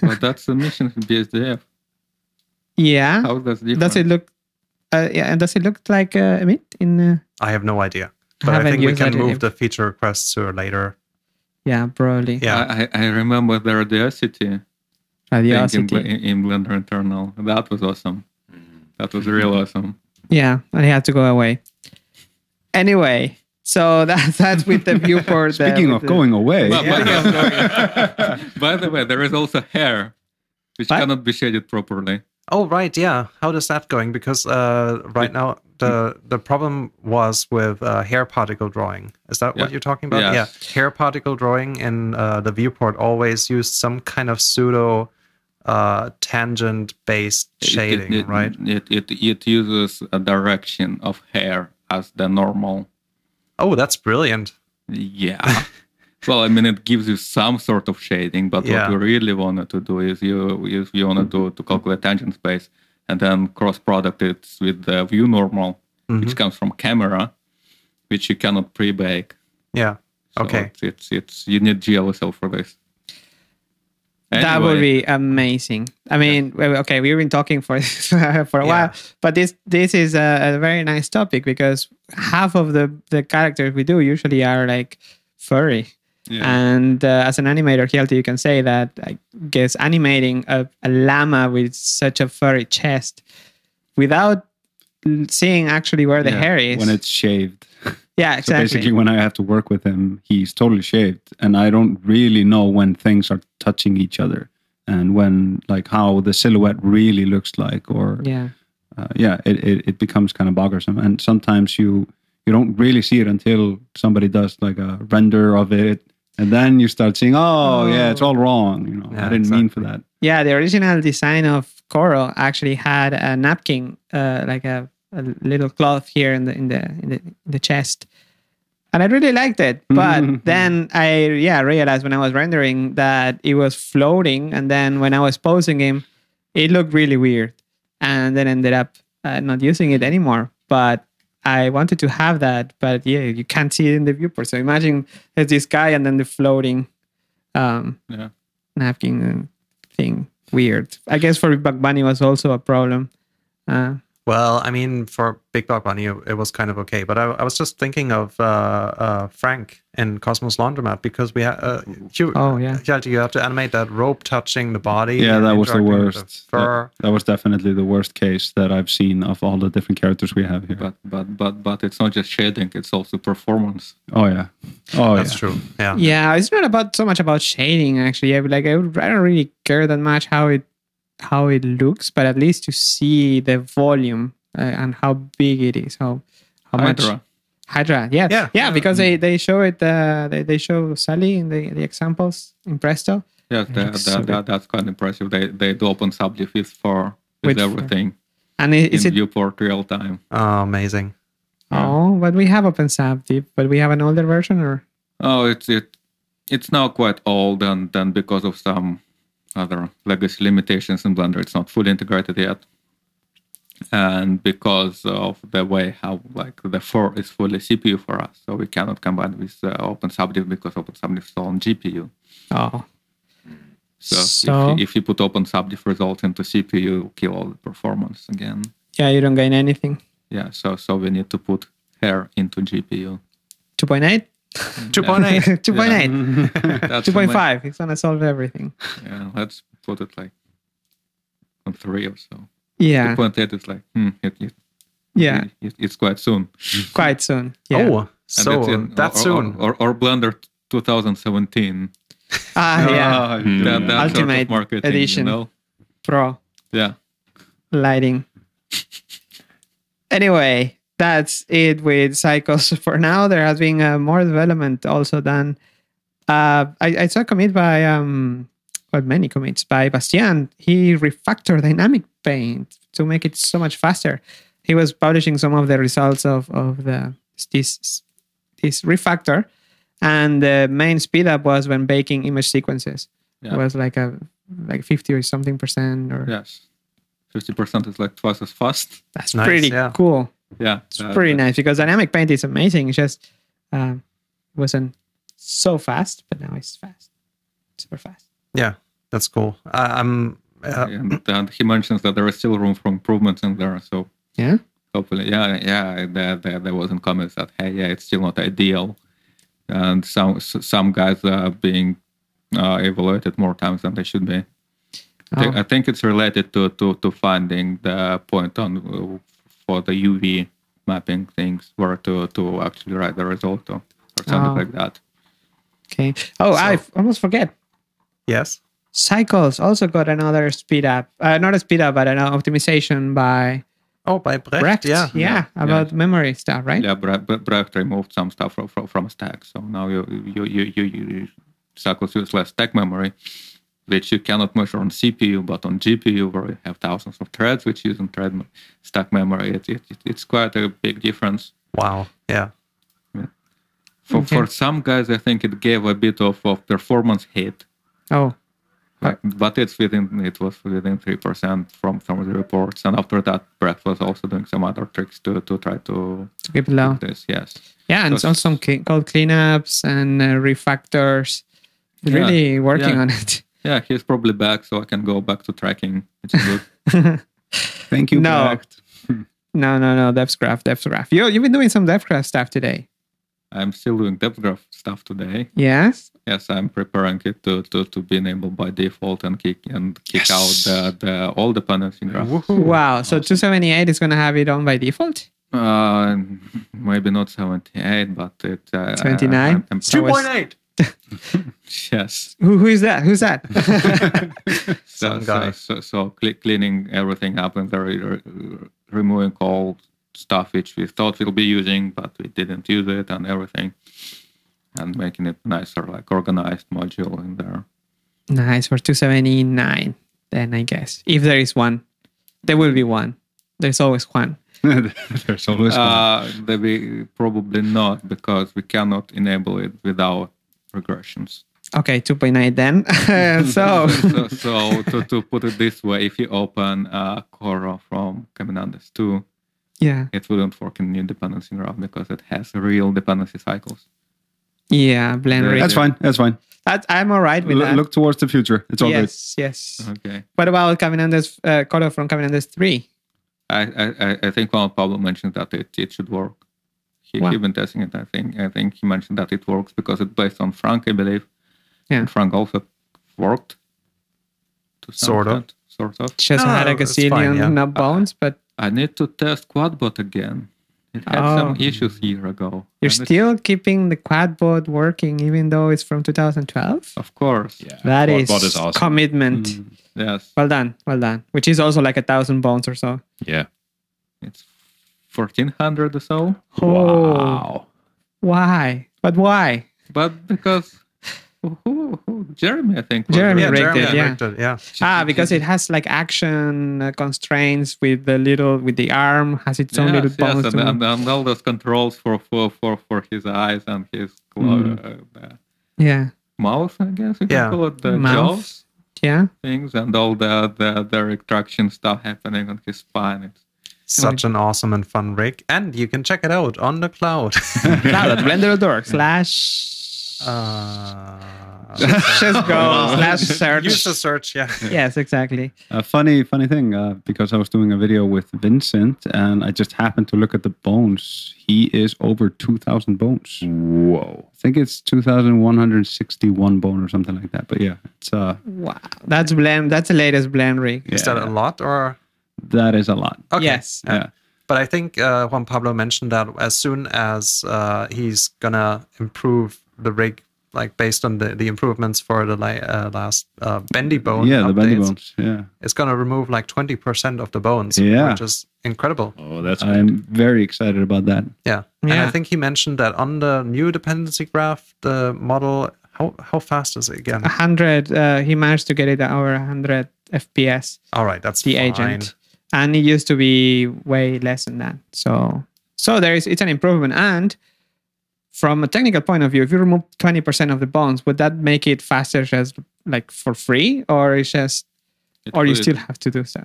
[SPEAKER 5] Well, that's the mission in BSDF.
[SPEAKER 4] Yeah,
[SPEAKER 5] How does different?
[SPEAKER 4] does it look Uh, yeah, and does it look like uh, Emit in? Uh,
[SPEAKER 3] I have no idea, but I,
[SPEAKER 4] haven't
[SPEAKER 3] think we
[SPEAKER 4] used
[SPEAKER 3] can
[SPEAKER 4] that in-
[SPEAKER 3] move the feature requests to later.
[SPEAKER 4] yeah, probably.
[SPEAKER 3] Yeah,
[SPEAKER 5] I, I I remember the Radiosity, thing in, Bl-
[SPEAKER 4] Radiosity.
[SPEAKER 5] in, in Blender Internal. That was awesome. That was real awesome.
[SPEAKER 4] Yeah, and he had to go away. Anyway, so that, that's with the viewport. there,
[SPEAKER 2] Speaking
[SPEAKER 4] with
[SPEAKER 2] of
[SPEAKER 4] the-
[SPEAKER 2] going away,
[SPEAKER 5] But- but-
[SPEAKER 2] Yeah.
[SPEAKER 5] by the way, there is also hair, which
[SPEAKER 4] What?
[SPEAKER 5] cannot be shaded properly.
[SPEAKER 3] Oh right, yeah. How is that going? Because uh, right now the the problem was with uh, hair particle drawing. Is that what
[SPEAKER 5] Yeah.
[SPEAKER 3] you're talking about?
[SPEAKER 5] Yes.
[SPEAKER 3] Yeah, hair particle drawing in uh, the viewport always used some kind of pseudo uh, tangent based
[SPEAKER 5] It- it-
[SPEAKER 3] shading,
[SPEAKER 5] it-
[SPEAKER 3] right?
[SPEAKER 5] It, it it uses a direction of hair as the normal.
[SPEAKER 3] Oh, that's brilliant.
[SPEAKER 5] Yeah. well, I mean, it gives you some sort of shading, but
[SPEAKER 3] Yeah.
[SPEAKER 5] what we really wanted to do is you is you wanted to to calculate tangent space and then cross product it with the view normal,
[SPEAKER 4] Mm-hmm.
[SPEAKER 5] which comes from camera, which you cannot pre-bake.
[SPEAKER 3] Yeah.
[SPEAKER 5] So
[SPEAKER 3] Okay.
[SPEAKER 5] It's, it's it's you need GLSL for this.
[SPEAKER 4] That would
[SPEAKER 5] Anyway,
[SPEAKER 4] be amazing. I mean, well, okay, we've been talking for for a
[SPEAKER 3] Yeah.
[SPEAKER 4] while, but this this is a, a very nice topic because half of the the characters we do usually are like furry,
[SPEAKER 5] yeah.
[SPEAKER 4] and uh, as an animator, Hjelti, you can say that I guess animating a, a llama with such a furry chest without seeing actually where the
[SPEAKER 5] Yeah,
[SPEAKER 4] hair is.
[SPEAKER 2] when it's shaved.
[SPEAKER 4] yeah,
[SPEAKER 2] So
[SPEAKER 4] exactly.
[SPEAKER 2] basically, when I have to work with him, he's totally shaved, and I don't really know when things are touching each other and when, like, how the silhouette really looks like, or
[SPEAKER 4] yeah.
[SPEAKER 2] uh, yeah, it, it, it becomes kind of bothersome. And sometimes you you don't really see it until somebody does like a render of it, and then you start seeing, oh, yeah, it's all wrong. You know, I
[SPEAKER 3] Yeah,
[SPEAKER 2] didn't mean for that.
[SPEAKER 4] Yeah, the original design of Coral actually had a napkin, uh, like a, a little cloth here in the in the in the, in the chest, and I really liked it. But then I yeah realized when I was rendering that it was floating, and then when I was posing him, it looked really weird, and then ended up uh, not using it anymore. But I wanted to have that, but yeah, you can't see it in the viewport. So imagine there's this guy and then the floating um,
[SPEAKER 5] Yeah.
[SPEAKER 4] napkin uh, thing. Weird. I guess for Bug Bunny was also a problem. Uh,
[SPEAKER 3] Well, I mean, for Big Dog Bunny, it it was kind of okay. But I, I was just thinking of uh, uh, Frank in Cosmos Laundromat because we had uh, you,
[SPEAKER 4] Oh, yeah.
[SPEAKER 3] yeah, you have to animate that rope touching the body.
[SPEAKER 2] Yeah,
[SPEAKER 3] and
[SPEAKER 2] that was the
[SPEAKER 3] interacting with
[SPEAKER 2] worst.
[SPEAKER 3] fur.
[SPEAKER 2] That was definitely the worst case that I've seen of all the different characters we have here.
[SPEAKER 5] But but but but it's not just shading; it's also performance.
[SPEAKER 2] oh yeah, oh
[SPEAKER 3] That's
[SPEAKER 2] yeah.
[SPEAKER 3] true. Yeah.
[SPEAKER 4] yeah, it's not about so much about shading actually. I would like I, would, I don't really care that much how it how it looks, but at least to see the volume uh, and how big it is, how how much
[SPEAKER 5] Hydra.
[SPEAKER 4] Hydra, yeah,
[SPEAKER 3] Yeah.
[SPEAKER 4] yeah, because they they show it. Uh, they they show Sally in the the examples in Presto.
[SPEAKER 5] Yes, that,
[SPEAKER 4] looks
[SPEAKER 5] that,
[SPEAKER 4] so
[SPEAKER 5] that, that's quite impressive. They they do open subdivisions for with,
[SPEAKER 4] With-
[SPEAKER 5] everything
[SPEAKER 4] And i- is
[SPEAKER 5] in
[SPEAKER 4] it
[SPEAKER 5] viewport real time.
[SPEAKER 3] Oh, amazing.
[SPEAKER 4] oh? But we have OpenSub deep, but we have an older version, or
[SPEAKER 5] Oh, it's it it's now quite old and then because of some other legacy limitations in Blender, it's not fully integrated yet. And because of the way how like the four is fully CPU for us, so we cannot combine with uh, OpenSubdiv because OpenSubdiv is on GPU.
[SPEAKER 4] oh,
[SPEAKER 5] So,
[SPEAKER 4] So-
[SPEAKER 5] if, you, if you put OpenSubdiv results into CPU, you kill all the performance again.
[SPEAKER 4] yeah, you don't gain anything.
[SPEAKER 5] Yeah, so so we need to put hair into GPU.
[SPEAKER 4] Two point eight.
[SPEAKER 3] 2.8.
[SPEAKER 4] Two point eight.
[SPEAKER 5] That's
[SPEAKER 4] Two point
[SPEAKER 5] amazing.
[SPEAKER 4] five. It's gonna solve everything.
[SPEAKER 5] Yeah, let's put it like on three or so.
[SPEAKER 4] Yeah,
[SPEAKER 5] 2.8 is like, hmm, it, it,
[SPEAKER 4] yeah.
[SPEAKER 5] it- it's quite soon.
[SPEAKER 4] Quite soon. Yeah.
[SPEAKER 3] Oh,
[SPEAKER 5] And
[SPEAKER 3] so
[SPEAKER 5] it's in-
[SPEAKER 2] oh,
[SPEAKER 3] that's
[SPEAKER 5] or,
[SPEAKER 3] soon.
[SPEAKER 5] Or, or, or Blender 2017.
[SPEAKER 4] Ah, yeah.
[SPEAKER 2] Oh,
[SPEAKER 1] Hmm.
[SPEAKER 5] That, that sort of
[SPEAKER 4] Ultimate
[SPEAKER 5] marketing,
[SPEAKER 4] edition.
[SPEAKER 5] You know?
[SPEAKER 4] Pro
[SPEAKER 5] Yeah.
[SPEAKER 4] lighting. anyway, that's it with Psychos for now. There has been uh, more development also done. Uh, I, I saw a commit by um, well, many commits by Bastian. He refactored dynamic paint to make it so much faster. He was publishing some of the results of of the this this refactor, and the main speed up was when baking image sequences.
[SPEAKER 5] Yeah.
[SPEAKER 4] It was like a like fifty or something percent or
[SPEAKER 5] Yes. 50% is like twice as fast.
[SPEAKER 4] that's
[SPEAKER 3] Nice,
[SPEAKER 4] pretty
[SPEAKER 3] yeah.
[SPEAKER 4] cool.
[SPEAKER 5] Uh, Yeah.
[SPEAKER 4] It's
[SPEAKER 5] that-
[SPEAKER 4] pretty
[SPEAKER 5] that-
[SPEAKER 4] nice because dynamic paint is amazing. It just um, wasn't so fast, but now it's fast, super fast.
[SPEAKER 3] that's cool. I, I'm. Uh,
[SPEAKER 5] uh, And, and he mentions that there is still room for improvements in there. So
[SPEAKER 4] Yeah.
[SPEAKER 5] hopefully, yeah, yeah. There, there, there was in comments that hey, yeah, it's still not ideal, and some s- some guys are being uh, evaluated more times than they should be. I think, uh,
[SPEAKER 4] Oh.
[SPEAKER 5] I think it's related to, to to finding the point on uh, for the UV mapping things where to to actually write the result to, or something
[SPEAKER 4] Oh.
[SPEAKER 5] like that.
[SPEAKER 4] Okay. Oh, I f- almost forget.
[SPEAKER 3] Yes.
[SPEAKER 4] Cycles also got another speed up, uh, not a speed up, but an optimization by
[SPEAKER 3] Oh, by Brecht.
[SPEAKER 4] Brecht.
[SPEAKER 3] Yeah.
[SPEAKER 4] yeah,
[SPEAKER 5] yeah.
[SPEAKER 4] about memory stuff, right?
[SPEAKER 5] Yeah, Bre- Bre- Brecht removed some stuff from from, from stack, so now you you you you, you, you cycles use less stack memory, which you cannot measure on CPU, but on GPU where you have thousands of threads which use on thread me- stack memory, it, it, it- it's quite a big difference.
[SPEAKER 3] Wow. Yeah.
[SPEAKER 5] For
[SPEAKER 4] Okay.
[SPEAKER 5] for some guys, I think it gave a bit of, of performance hit,
[SPEAKER 4] Oh,
[SPEAKER 5] but, but it's within it was within three percent from some of the reports, and after that, Brecht was also doing some other tricks to to try to
[SPEAKER 4] to keep it low.
[SPEAKER 5] this. Yes.
[SPEAKER 4] Yeah, and
[SPEAKER 5] Because-
[SPEAKER 4] some some cl- code cleanups and uh, refactors. Really working
[SPEAKER 5] yeah.
[SPEAKER 4] on it.
[SPEAKER 5] Yeah, he's probably back, so I can go back to tracking. It's good.
[SPEAKER 2] Thank you.
[SPEAKER 4] No.
[SPEAKER 2] Brecht.
[SPEAKER 4] No, no, no. DevsGraph, DevsGraph. You you've been doing some DevsGraph stuff today.
[SPEAKER 5] I'm still doing depth graph stuff today.
[SPEAKER 4] Yes.
[SPEAKER 5] Yes, I'm preparing it to, to, to be enabled by default and kick and kick
[SPEAKER 1] Yes.
[SPEAKER 5] out the, the all dependency graph.
[SPEAKER 4] Wow. So 278 is going to have it on by default.
[SPEAKER 5] Uh, maybe not 78, but it. Uh,
[SPEAKER 4] 79?
[SPEAKER 5] I'm- I'm-
[SPEAKER 4] So-
[SPEAKER 3] 2.8.
[SPEAKER 5] yes.
[SPEAKER 4] Who, who is that? Who's that?
[SPEAKER 5] So,
[SPEAKER 3] Some
[SPEAKER 5] so,
[SPEAKER 3] guy.
[SPEAKER 5] so, so cle- cleaning everything up and very, re- removing all stuff which we thought we'll be using, but we didn't use it and everything. And making it nicer, like organized module in there.
[SPEAKER 4] nice for 279. Then I guess if there is one, there will be one. There's always one.
[SPEAKER 2] There's always one.
[SPEAKER 5] Uh, they will probably not because we cannot enable it without regressions.
[SPEAKER 4] Okay, 2.9 then. so
[SPEAKER 5] so, so to, to put it this way, if you open uh, Coro from Caminandes 2,
[SPEAKER 4] yeah,
[SPEAKER 5] it wouldn't work in new dependency graph because it has real dependency cycles.
[SPEAKER 4] yeah, blend.
[SPEAKER 5] There
[SPEAKER 4] rate.
[SPEAKER 5] is-
[SPEAKER 2] That's fine. That's fine.
[SPEAKER 4] That, I'm all right with
[SPEAKER 2] L-
[SPEAKER 4] that.
[SPEAKER 2] look towards the future. It's all good.
[SPEAKER 4] yes, yes.
[SPEAKER 5] Okay.
[SPEAKER 4] What about Caminandes, uh, Coro from Caminandes 3?
[SPEAKER 5] I, I, I- I think Juan Pablo mentioned that it, it should work. He,
[SPEAKER 4] Wow.
[SPEAKER 5] he been testing it. I think I think he mentioned that it works because it's based on Frank, I believe.
[SPEAKER 4] Yeah.
[SPEAKER 5] And Frank also worked. To some
[SPEAKER 3] Sort of.
[SPEAKER 5] extent, Sort of.
[SPEAKER 4] Just
[SPEAKER 3] No,
[SPEAKER 4] had a
[SPEAKER 3] Oh, it's fine,
[SPEAKER 4] gazillion
[SPEAKER 3] yeah.
[SPEAKER 4] not bounds, but
[SPEAKER 5] I need to test Quadbot again. It had
[SPEAKER 4] Oh.
[SPEAKER 5] some issues a year ago.
[SPEAKER 4] you're
[SPEAKER 5] And it-
[SPEAKER 4] still keeping the quadbot working even though it's from 2012?
[SPEAKER 5] Of course.
[SPEAKER 1] Yeah,
[SPEAKER 4] That is,
[SPEAKER 1] Quadbot is awesome.
[SPEAKER 4] commitment.
[SPEAKER 5] Yes.
[SPEAKER 4] Well done, well done. Which is also like a thousand bones or so.
[SPEAKER 1] yeah.
[SPEAKER 5] It's 1400 or so.
[SPEAKER 4] Oh.
[SPEAKER 1] Wow.
[SPEAKER 4] Why? But why?
[SPEAKER 5] But because who, who, who- Jeremy, I think. was
[SPEAKER 4] Jeremy
[SPEAKER 5] the-
[SPEAKER 3] Yeah,
[SPEAKER 4] rigged
[SPEAKER 3] Jeremy
[SPEAKER 4] it, yeah.
[SPEAKER 3] rigged it, yeah.
[SPEAKER 4] Ah, because it has like action uh, constraints with the little with the arm has its own
[SPEAKER 5] yes,
[SPEAKER 4] little bones.
[SPEAKER 5] yes,
[SPEAKER 4] to
[SPEAKER 5] and,
[SPEAKER 4] move.
[SPEAKER 5] and, and all those controls for for for, for his eyes and his clo-
[SPEAKER 4] Mm-hmm.
[SPEAKER 5] uh, uh,
[SPEAKER 4] yeah,
[SPEAKER 5] mouth, I guess you can
[SPEAKER 3] Yeah.
[SPEAKER 5] call it the
[SPEAKER 4] Mouth.
[SPEAKER 5] jaws
[SPEAKER 4] yeah.
[SPEAKER 5] things, and all the the, the retraction stuff happening on his spine. It's,
[SPEAKER 3] Such an awesome and fun rig. And you can check it out on the cloud.
[SPEAKER 4] Cloud blender.org slash
[SPEAKER 3] uh,
[SPEAKER 4] just
[SPEAKER 1] Oh,
[SPEAKER 4] go slash search.
[SPEAKER 3] use the search, yeah.
[SPEAKER 4] Yes, exactly.
[SPEAKER 2] A funny, funny thing, uh, because I was doing a video with Vincent and I just happened to look at the bones. He is over 2,000 bones.
[SPEAKER 1] Whoa.
[SPEAKER 2] I think it's 2,161 bone or something like that. But yeah, it's uh,
[SPEAKER 4] Wow, that's blend. That's the latest blend rig.
[SPEAKER 3] Is that a lot or?
[SPEAKER 2] that is a lot.
[SPEAKER 3] Okay. Uh,
[SPEAKER 4] Yes.
[SPEAKER 2] Yeah.
[SPEAKER 3] But I think uh, Juan Pablo mentioned that as soon as uh, he's gonna improve the rig, like based on the, the improvements for the li- uh, last uh, bendy bone,
[SPEAKER 2] yeah, the bendy
[SPEAKER 3] updates,
[SPEAKER 2] bones. Yeah.
[SPEAKER 3] it's gonna remove like twenty percent of the bones,
[SPEAKER 2] Yeah.
[SPEAKER 3] which is incredible.
[SPEAKER 1] Oh, that's
[SPEAKER 2] I'm very excited about that.
[SPEAKER 3] Yeah. and
[SPEAKER 4] Yeah.
[SPEAKER 3] I think he mentioned that on the new dependency graph, the model how how fast is it again?
[SPEAKER 4] A hundred. Uh, he managed to get it over a hundred FPS.
[SPEAKER 3] All right, that's
[SPEAKER 4] The
[SPEAKER 3] fine.
[SPEAKER 4] agent, and it used to be way less than that. So, so there is. It's an improvement. And from a technical point of view, if you remove twenty percent of the bones, would that make it faster, just like for free, or it's just,
[SPEAKER 5] it
[SPEAKER 4] or you
[SPEAKER 5] could-
[SPEAKER 4] still have to do so?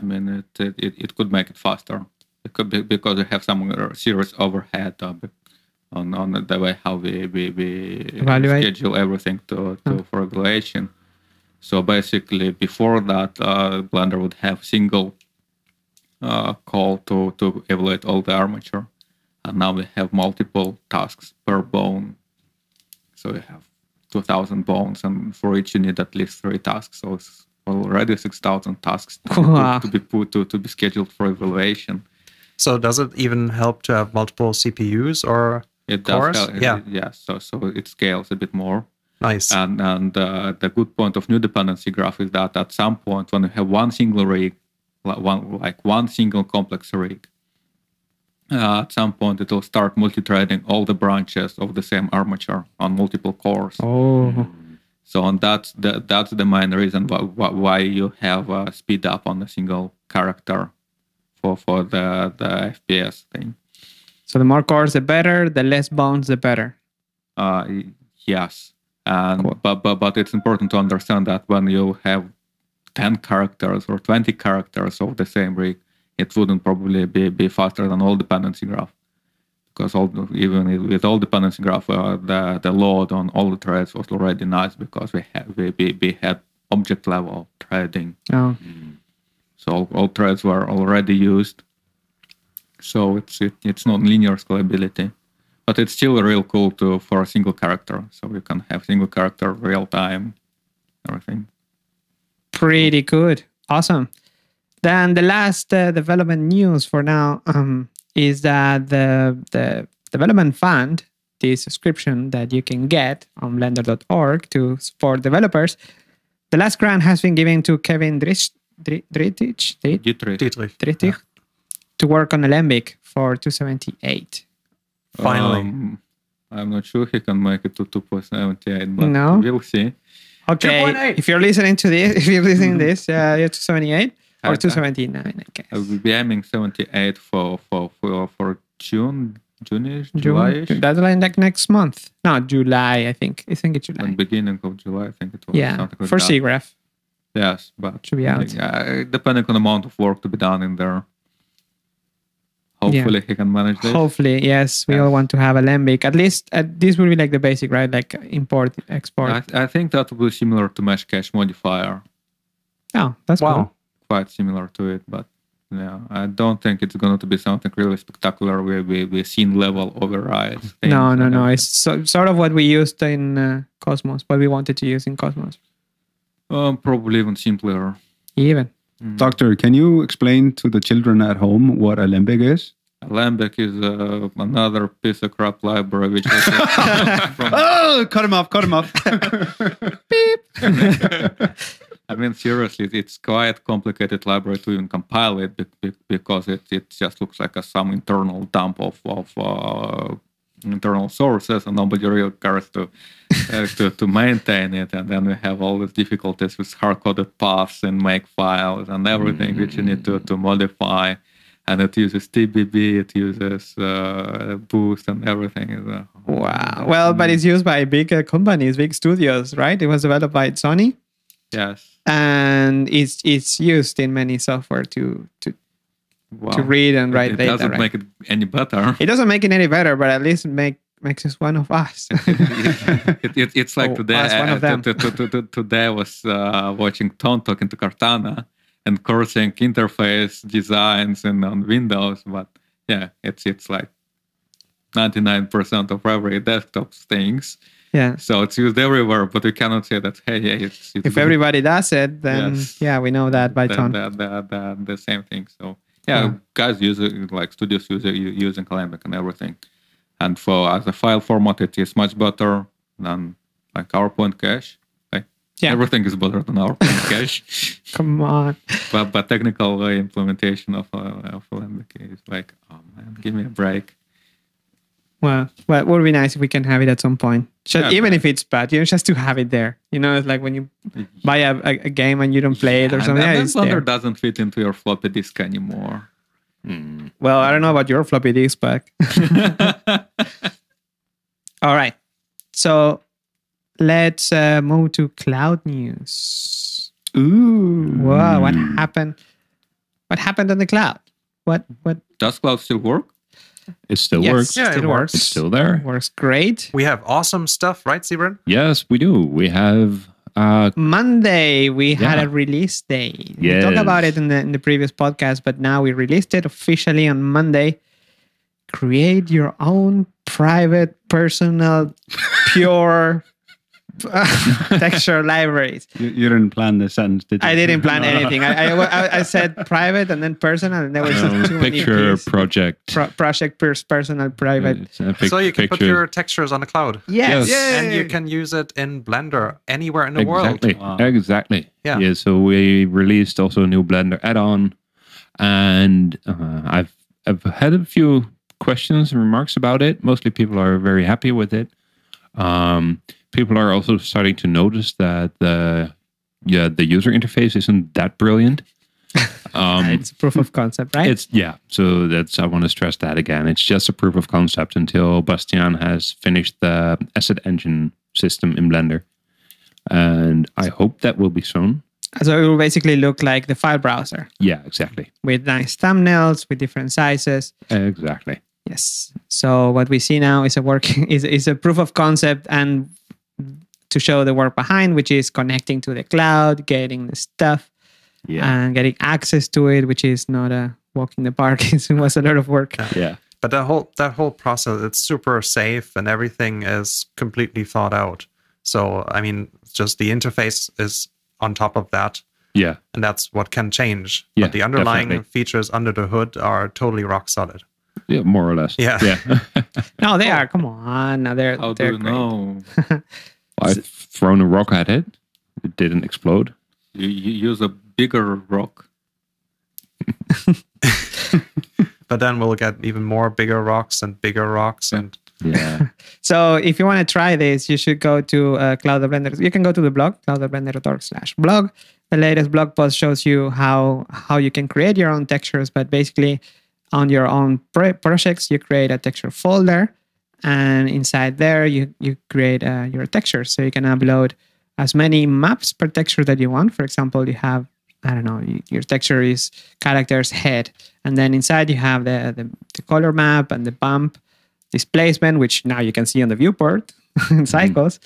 [SPEAKER 5] I mean, it it, it, it could make it faster. It could be because we have some uh, serious overhead uh, be- on on the way how we we, we
[SPEAKER 4] Evaluate.
[SPEAKER 5] schedule everything to to for regulation. So basically, before that, uh, Blender would have single uh, call to, to evaluate all the armature. And Uh, now we have multiple tasks per bone. So you have 2,000 bones, and for each you need at least three tasks. So it's already 6,000 tasks to,
[SPEAKER 4] Wow.
[SPEAKER 5] to, to be put to, to be scheduled for evaluation.
[SPEAKER 3] So does it even help to have multiple CPUs or
[SPEAKER 5] It
[SPEAKER 3] Cores?
[SPEAKER 5] does, help-
[SPEAKER 3] Yeah.
[SPEAKER 5] yeah. So so it scales a bit more.
[SPEAKER 3] nice?
[SPEAKER 5] And and uh, the good point of new dependency graph is that at some point when you have one single rig, like one like one single complex rig, uh, at some point it'll start multi-threading all the branches of the same armature on multiple cores.
[SPEAKER 4] Oh,
[SPEAKER 5] So and that's the that's the main reason why why, why you have a speed up on a single character for for the the FPS thing.
[SPEAKER 4] so the more cores, the better. The less bones, the better.
[SPEAKER 5] Uh, y- yes, and but, but but it's important to understand that when you have ten characters or twenty characters of the same rig, it wouldn't probably be, be faster than all dependency graph because all the- even i- with all dependency graph, uh, the the load on all the threads was already nice because we had we, we, we had object level threading,
[SPEAKER 4] Oh,
[SPEAKER 5] so all, all threads were already used. So it's it, it's not linear scalability, but it's still real cool to for a single character. So you can have single character real time, everything.
[SPEAKER 4] pretty good. Awesome. Then the last uh, development news for now um, is that the the development fund, the subscription that you can get on Blender.org to support developers, the last grant has been given to Kevin Drish, Dri- Dritich, Drit-
[SPEAKER 5] Dietrich,
[SPEAKER 3] Dietrich,
[SPEAKER 4] Dritich to work on Alembic for 278.
[SPEAKER 3] finally.
[SPEAKER 5] um, I'm not sure he can make it to 2.78, but
[SPEAKER 4] No?
[SPEAKER 5] we'll see.
[SPEAKER 4] Okay,
[SPEAKER 3] 2.8.
[SPEAKER 4] if you're listening to this, if you're listening to this, uh, you're 278 or
[SPEAKER 5] Okay.
[SPEAKER 4] 279, I guess.
[SPEAKER 5] I will be aiming 78 for for for, for June, June-ish,
[SPEAKER 4] June,
[SPEAKER 5] July-ish,
[SPEAKER 4] June- that's like like next month. No, July, I think. I think it's July.
[SPEAKER 5] and beginning of July, I think it was.
[SPEAKER 4] yeah,
[SPEAKER 5] something like
[SPEAKER 4] for
[SPEAKER 5] that.
[SPEAKER 4] SIGGRAPH.
[SPEAKER 5] Yes, but
[SPEAKER 4] Should be out.
[SPEAKER 5] Yeah, depending on the amount of work to be done in there. Hopefully, he can manage this.
[SPEAKER 4] Hopefully, yes, we
[SPEAKER 5] Yes.
[SPEAKER 4] all want to have Alembic. At least uh, this will be like the basic, right? Like import, export.
[SPEAKER 5] I, I think that will be similar to Mesh Cache Modifier,
[SPEAKER 4] oh, that's
[SPEAKER 3] Wow.
[SPEAKER 5] quite similar to it, but yeah, I don't think it's going to be something really spectacular where we we seen level overrides.
[SPEAKER 4] cool. No,
[SPEAKER 5] things
[SPEAKER 4] no,
[SPEAKER 5] and
[SPEAKER 4] no.
[SPEAKER 5] everything.
[SPEAKER 4] It's so, sort of what we used in uh, Cosmos, what we wanted to use in Cosmos.
[SPEAKER 5] Um, probably even simpler.
[SPEAKER 4] Even.
[SPEAKER 2] Doctor, can you explain to the children at home what Alembic is?
[SPEAKER 5] Alembic is uh, another piece of crap library which I, from,
[SPEAKER 2] Oh, cut him off, cut him off.
[SPEAKER 5] I mean seriously it's quite complicated library to even compile it be- be- because it, it just looks like a, some internal dump of, of uh, internal sources and nobody really cares to, uh, to to maintain it and then we have all these difficulties with hard-coded paths and make files and everything which you need
[SPEAKER 4] Mm-hmm.
[SPEAKER 5] to, to modify and it uses TBB, it uses uh, Boost and everything. It's uh, a-
[SPEAKER 4] Wow. Well, but it's used by big uh, companies, big studios, right? It was developed by Sony,
[SPEAKER 5] Yes.
[SPEAKER 4] and it's it's used in many software to to,
[SPEAKER 5] Wow.
[SPEAKER 4] to read and
[SPEAKER 5] It-
[SPEAKER 4] write
[SPEAKER 5] it
[SPEAKER 4] data.
[SPEAKER 5] doesn't
[SPEAKER 4] right?
[SPEAKER 5] make it any better.
[SPEAKER 4] It doesn't make it any better, but at least it make makes us one of us.
[SPEAKER 5] It, it, it's like
[SPEAKER 4] Oh,
[SPEAKER 5] today. uh,
[SPEAKER 4] that's one of them.
[SPEAKER 5] to- to- to- to- today I was uh, watching Tom talking to Cortana and cursing interface designs and on Windows. But yeah, it's it's like ninety nine percent of every desktop things.
[SPEAKER 4] yeah.
[SPEAKER 5] So it's used everywhere, but you cannot say that. Hey, yeah, it's, it's
[SPEAKER 4] If everybody does it, then
[SPEAKER 5] Yes.
[SPEAKER 4] yeah, we know that by
[SPEAKER 5] the,
[SPEAKER 4] Tom.
[SPEAKER 5] the, the, the, the same thing. So yeah,
[SPEAKER 4] Yeah.
[SPEAKER 5] guys use it like studios use it, u- using Alembic and everything. And for as a file format, it is much better than like PowerPoint cache. Like
[SPEAKER 4] Yeah.
[SPEAKER 5] everything is better than PowerPoint cache.
[SPEAKER 4] Come on.
[SPEAKER 5] But but technical uh, implementation of uh, of Alembic is like, oh man, give me a break.
[SPEAKER 4] Well, well, it would be nice if we can have it at some point. Just,
[SPEAKER 5] Yeah.
[SPEAKER 4] even if it's bad, you know, just to have it there. You know, it's like when you buy a, a, a game and you don't play it or
[SPEAKER 5] Mm-hmm. And-
[SPEAKER 4] something.
[SPEAKER 5] and
[SPEAKER 4] yeah,
[SPEAKER 5] then
[SPEAKER 4] it's
[SPEAKER 5] Blender
[SPEAKER 4] there.
[SPEAKER 5] doesn't fit into your floppy disk anymore.
[SPEAKER 1] Hmm.
[SPEAKER 4] Well, I don't know about your floppy disk, but all right. So let's uh, move to cloud news.
[SPEAKER 2] Ooh.
[SPEAKER 4] Whoa, what happened? What happened on the cloud? What what
[SPEAKER 5] Does cloud still work?
[SPEAKER 1] It still
[SPEAKER 4] yes,
[SPEAKER 1] works.
[SPEAKER 3] Yeah, it
[SPEAKER 4] still
[SPEAKER 3] works.
[SPEAKER 1] It's still there.
[SPEAKER 4] Works great.
[SPEAKER 3] We have awesome stuff, right, Sibrin?
[SPEAKER 1] Yes, we do. We have Uh,
[SPEAKER 4] Monday we had
[SPEAKER 1] Yeah.
[SPEAKER 4] a release day. We talked
[SPEAKER 1] Yes.
[SPEAKER 4] about it in the in the previous podcast, but now we released it officially on Monday. Create your own private, personal, pure texture libraries.
[SPEAKER 2] You, you didn't plan this sentence, did you?
[SPEAKER 4] I didn't plan
[SPEAKER 2] No.
[SPEAKER 4] anything. I, I, I- I said private and then personal, and there was just too many
[SPEAKER 1] uh, picture
[SPEAKER 4] Ps.
[SPEAKER 1] project.
[SPEAKER 4] Pro- project pers- personal private.
[SPEAKER 1] It's a pic-
[SPEAKER 3] so you can put
[SPEAKER 1] picture.
[SPEAKER 3] your textures on the cloud.
[SPEAKER 4] Yes.
[SPEAKER 1] Yes.
[SPEAKER 3] And you can use it in Blender anywhere in the world.
[SPEAKER 1] exactly.
[SPEAKER 5] Wow.
[SPEAKER 1] Exactly.
[SPEAKER 3] Yeah.
[SPEAKER 1] So we released also a new Blender add-on, and uh, I've I've had a few questions and remarks about it. Mostly, people are very happy with it. Um, people are also starting to notice that the yeah the user interface isn't that brilliant. Um,
[SPEAKER 4] It's proof of concept, right?
[SPEAKER 1] It's yeah. So that's I want to stress that again. It's just a proof of concept until Bastian has finished the asset engine system in Blender, and I hope that will be soon.
[SPEAKER 4] so it will basically look like the file browser
[SPEAKER 1] Yeah, exactly,
[SPEAKER 4] with nice thumbnails, with different sizes.
[SPEAKER 1] exactly.
[SPEAKER 4] Yes. So what we see now is a working is is a proof of concept and to show the work behind, which is connecting to the cloud, getting the stuff,
[SPEAKER 3] Uh,
[SPEAKER 4] and getting access to it, which is not a walk in the park. it was a lot of work.
[SPEAKER 1] yeah,
[SPEAKER 3] But that whole that whole process, it's super safe and everything is completely thought out. So I mean, just the interface is on top of that,
[SPEAKER 1] yeah,
[SPEAKER 3] and that's what can change.
[SPEAKER 1] Yeah,
[SPEAKER 3] but the underlying
[SPEAKER 1] definitely.
[SPEAKER 3] features under the hood are totally rock solid.
[SPEAKER 1] yeah. More or less.
[SPEAKER 3] Yeah.
[SPEAKER 1] yeah.
[SPEAKER 4] No, they are. Come on, no, they're
[SPEAKER 5] How do
[SPEAKER 4] they're
[SPEAKER 5] you
[SPEAKER 4] great.
[SPEAKER 5] know?
[SPEAKER 1] I've thrown a rock at it. It didn't explode.
[SPEAKER 5] You, you use a bigger rock.
[SPEAKER 3] But then we'll get even more bigger rocks and bigger rocks, and
[SPEAKER 1] Yeah,
[SPEAKER 4] So if you want to try this, you should go to uh, Cloud of Blender. You can go to the blog, cloudoblender.org slash blog. The latest blog post shows you how how you can create your own textures, but basically on your own pro- projects, you create a texture folder and inside there you, you create uh, your textures. So you can upload as many maps per texture that you want. For example, you have, I don't know, y- your texture is character's head. And then inside you have the, the, the color map and the bump displacement, which now you can see on the viewport in Cycles.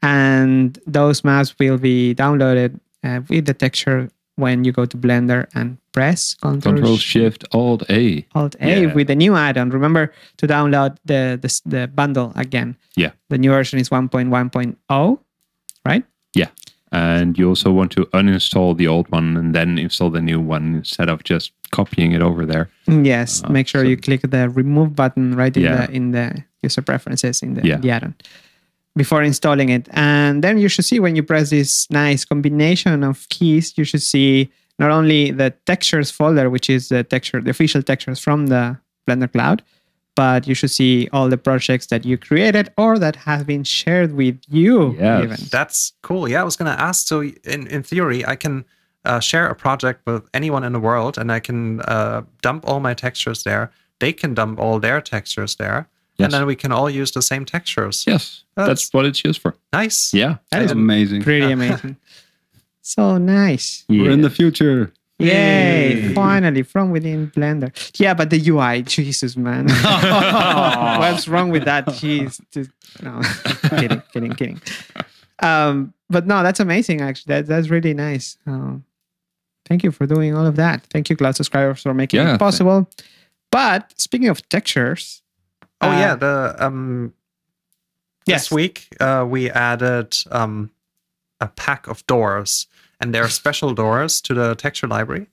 [SPEAKER 4] And those maps will be downloaded uh, with the texture when you go to Blender and press Control,
[SPEAKER 1] Control
[SPEAKER 4] Sh-
[SPEAKER 1] Shift Alt A.
[SPEAKER 4] Alt A
[SPEAKER 1] Yeah.
[SPEAKER 4] with the new add-on. Remember to download the the, the bundle again.
[SPEAKER 1] Yeah.
[SPEAKER 4] The new version is 1.1.0, right?
[SPEAKER 1] And you also want to uninstall the old one and then install the new one instead of just copying it over there.
[SPEAKER 4] Yes.
[SPEAKER 1] Uh,
[SPEAKER 4] Make sure
[SPEAKER 1] so-
[SPEAKER 4] you click the remove button right in
[SPEAKER 1] Yeah.
[SPEAKER 4] the in the user preferences in the,
[SPEAKER 1] Yeah.
[SPEAKER 4] the add-on before installing it. And then you should see when you press this nice combination of keys, you should see not only the textures folder, which is the texture, the official textures from the Blender Cloud, but you should see all the projects that you created or that have been shared with you.
[SPEAKER 1] Yes.
[SPEAKER 4] Even.
[SPEAKER 3] that's cool. Yeah, I was gonna ask. So in in theory, I can. Uh, share a project with anyone in the world, and I can uh, dump all my textures there. They can dump all their textures there,
[SPEAKER 1] Yes.
[SPEAKER 3] and then we can all use the same textures.
[SPEAKER 1] Yes,
[SPEAKER 3] That's-
[SPEAKER 1] that's what it's used for.
[SPEAKER 3] Nice.
[SPEAKER 1] Yeah.
[SPEAKER 4] That
[SPEAKER 2] That's
[SPEAKER 4] is
[SPEAKER 2] amazing.
[SPEAKER 4] pretty amazing. so nice.
[SPEAKER 2] We're in the future.
[SPEAKER 4] Yay,
[SPEAKER 2] Yay.
[SPEAKER 4] Finally, from within Blender. Yeah, but the UI, Jesus, man. What's wrong with that? Jeez. Just- No, kidding, kidding, kidding. Um, but no, that's amazing, actually. That, that's really nice. Um, thank you for doing all of that. Thank you, Cloud subscribers, for making
[SPEAKER 1] Yeah,
[SPEAKER 4] it
[SPEAKER 1] thank-
[SPEAKER 4] possible. But speaking of textures,
[SPEAKER 3] Oh
[SPEAKER 4] uh,
[SPEAKER 3] yeah, the um
[SPEAKER 4] yes,
[SPEAKER 3] this week uh, we added um a pack of doors, and they're special doors to the texture library.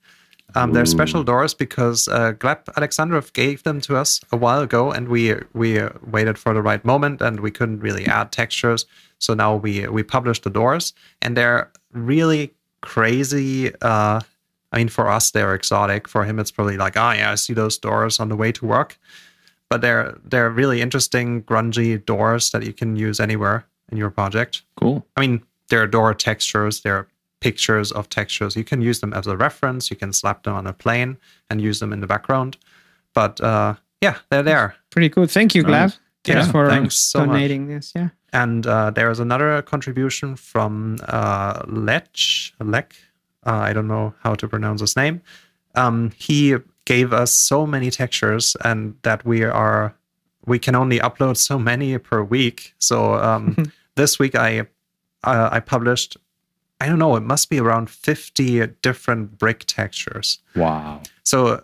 [SPEAKER 3] Um, they're special doors because uh, Gleb Alexandrov gave them to us a while ago, and we we uh, waited for the right moment, and we couldn't really add textures. So now we we published the doors, and they're really crazy. Uh, I mean, for us they're exotic. For him, it's probably like, ah, yeah, I see those doors on the way to work. But they're they're really interesting, grungy doors that you can use anywhere in your project.
[SPEAKER 1] Cool.
[SPEAKER 3] I mean, there are door textures, there are pictures of textures. You can use them as a reference. You can slap them on a plane and use them in the background. But uh, yeah, they're there.
[SPEAKER 4] pretty good. Thank you, Glab.
[SPEAKER 1] Nice.
[SPEAKER 4] Thanks
[SPEAKER 3] Yeah,
[SPEAKER 4] for
[SPEAKER 3] thanks so much.
[SPEAKER 4] donating this. Yeah.
[SPEAKER 3] And uh, there is another contribution from uh, Lech, Lech. Uh, I don't know how to pronounce his name. Um, he gave us so many textures, and that we are we can only upload so many per week. So um, this week I uh, I published I don't know, it must be around 50 different brick textures.
[SPEAKER 1] Wow.
[SPEAKER 3] So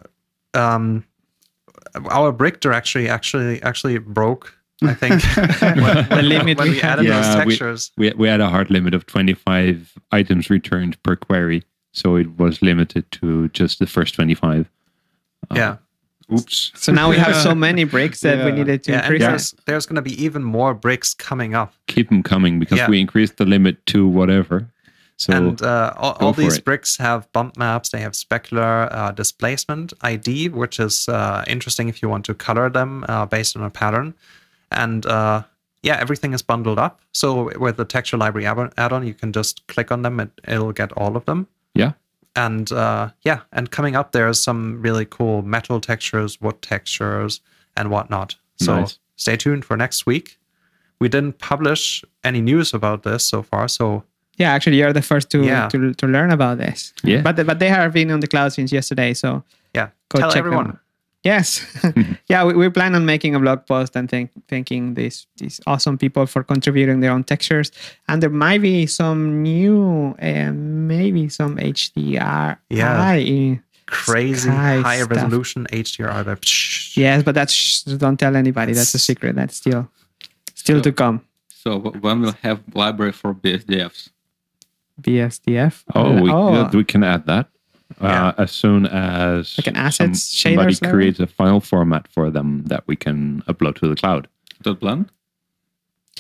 [SPEAKER 3] um, our brick directory actually actually broke, I think, when,
[SPEAKER 4] The limit
[SPEAKER 3] when
[SPEAKER 4] we
[SPEAKER 3] we added
[SPEAKER 1] had.
[SPEAKER 3] those
[SPEAKER 1] Yeah, we-
[SPEAKER 3] textures.
[SPEAKER 1] We, we had a hard limit of 25 items returned per query. So it was limited to just the first 25.
[SPEAKER 4] Oh.
[SPEAKER 1] Uh,
[SPEAKER 3] yeah.
[SPEAKER 1] Oops.
[SPEAKER 4] So now we have
[SPEAKER 3] Yeah.
[SPEAKER 4] so many bricks that we
[SPEAKER 2] Yeah.
[SPEAKER 4] needed to
[SPEAKER 3] Yeah, and
[SPEAKER 4] increase. it.
[SPEAKER 3] there's there's going to be even more bricks coming up,
[SPEAKER 1] Keep them coming because
[SPEAKER 3] Yeah.
[SPEAKER 1] we increased the limit to whatever. So
[SPEAKER 3] and uh, all, all
[SPEAKER 1] for
[SPEAKER 3] these
[SPEAKER 1] it.
[SPEAKER 3] bricks have bump maps. They have specular uh, displacement ID, which is uh, interesting if you want to color them uh, based on a pattern. And uh, yeah, everything is bundled up. So with the texture library add- add-on, you can just click on them, and it'll get all of them.
[SPEAKER 1] Yeah.
[SPEAKER 3] And uh, yeah, and coming up, there's some really cool metal textures, wood textures, and whatnot. So
[SPEAKER 1] Nice.
[SPEAKER 3] stay tuned for next week. We didn't publish any news about this so far, so
[SPEAKER 4] Yeah, actually, you're the first to
[SPEAKER 3] Yeah.
[SPEAKER 4] to, to learn about this.
[SPEAKER 1] Yeah.
[SPEAKER 4] But but they have been on the cloud since yesterday, so
[SPEAKER 3] yeah,
[SPEAKER 4] go
[SPEAKER 3] tell
[SPEAKER 4] check
[SPEAKER 3] everyone.
[SPEAKER 4] them. out. Yes, yeah, we, we plan on making a blog post and thank, thanking these these awesome people for contributing their own textures. And there might be some new, uh, maybe some HDR.
[SPEAKER 3] Crazy
[SPEAKER 4] Sky
[SPEAKER 3] high
[SPEAKER 4] stuff.
[SPEAKER 3] resolution HDR. web. Psh.
[SPEAKER 4] Yes, but that's shh, don't tell anybody. That's a secret. That's still still
[SPEAKER 5] So-
[SPEAKER 4] to come.
[SPEAKER 5] So w- when we'll have library for BSDFs,
[SPEAKER 4] BSDF.
[SPEAKER 1] Oh, we,
[SPEAKER 4] oh,
[SPEAKER 1] we can add that
[SPEAKER 3] Yeah.
[SPEAKER 1] uh, as soon as
[SPEAKER 4] Like an assets,
[SPEAKER 1] somebody
[SPEAKER 4] shaders level?
[SPEAKER 1] creates a file format for them that we can upload to the cloud.
[SPEAKER 5] dot blend.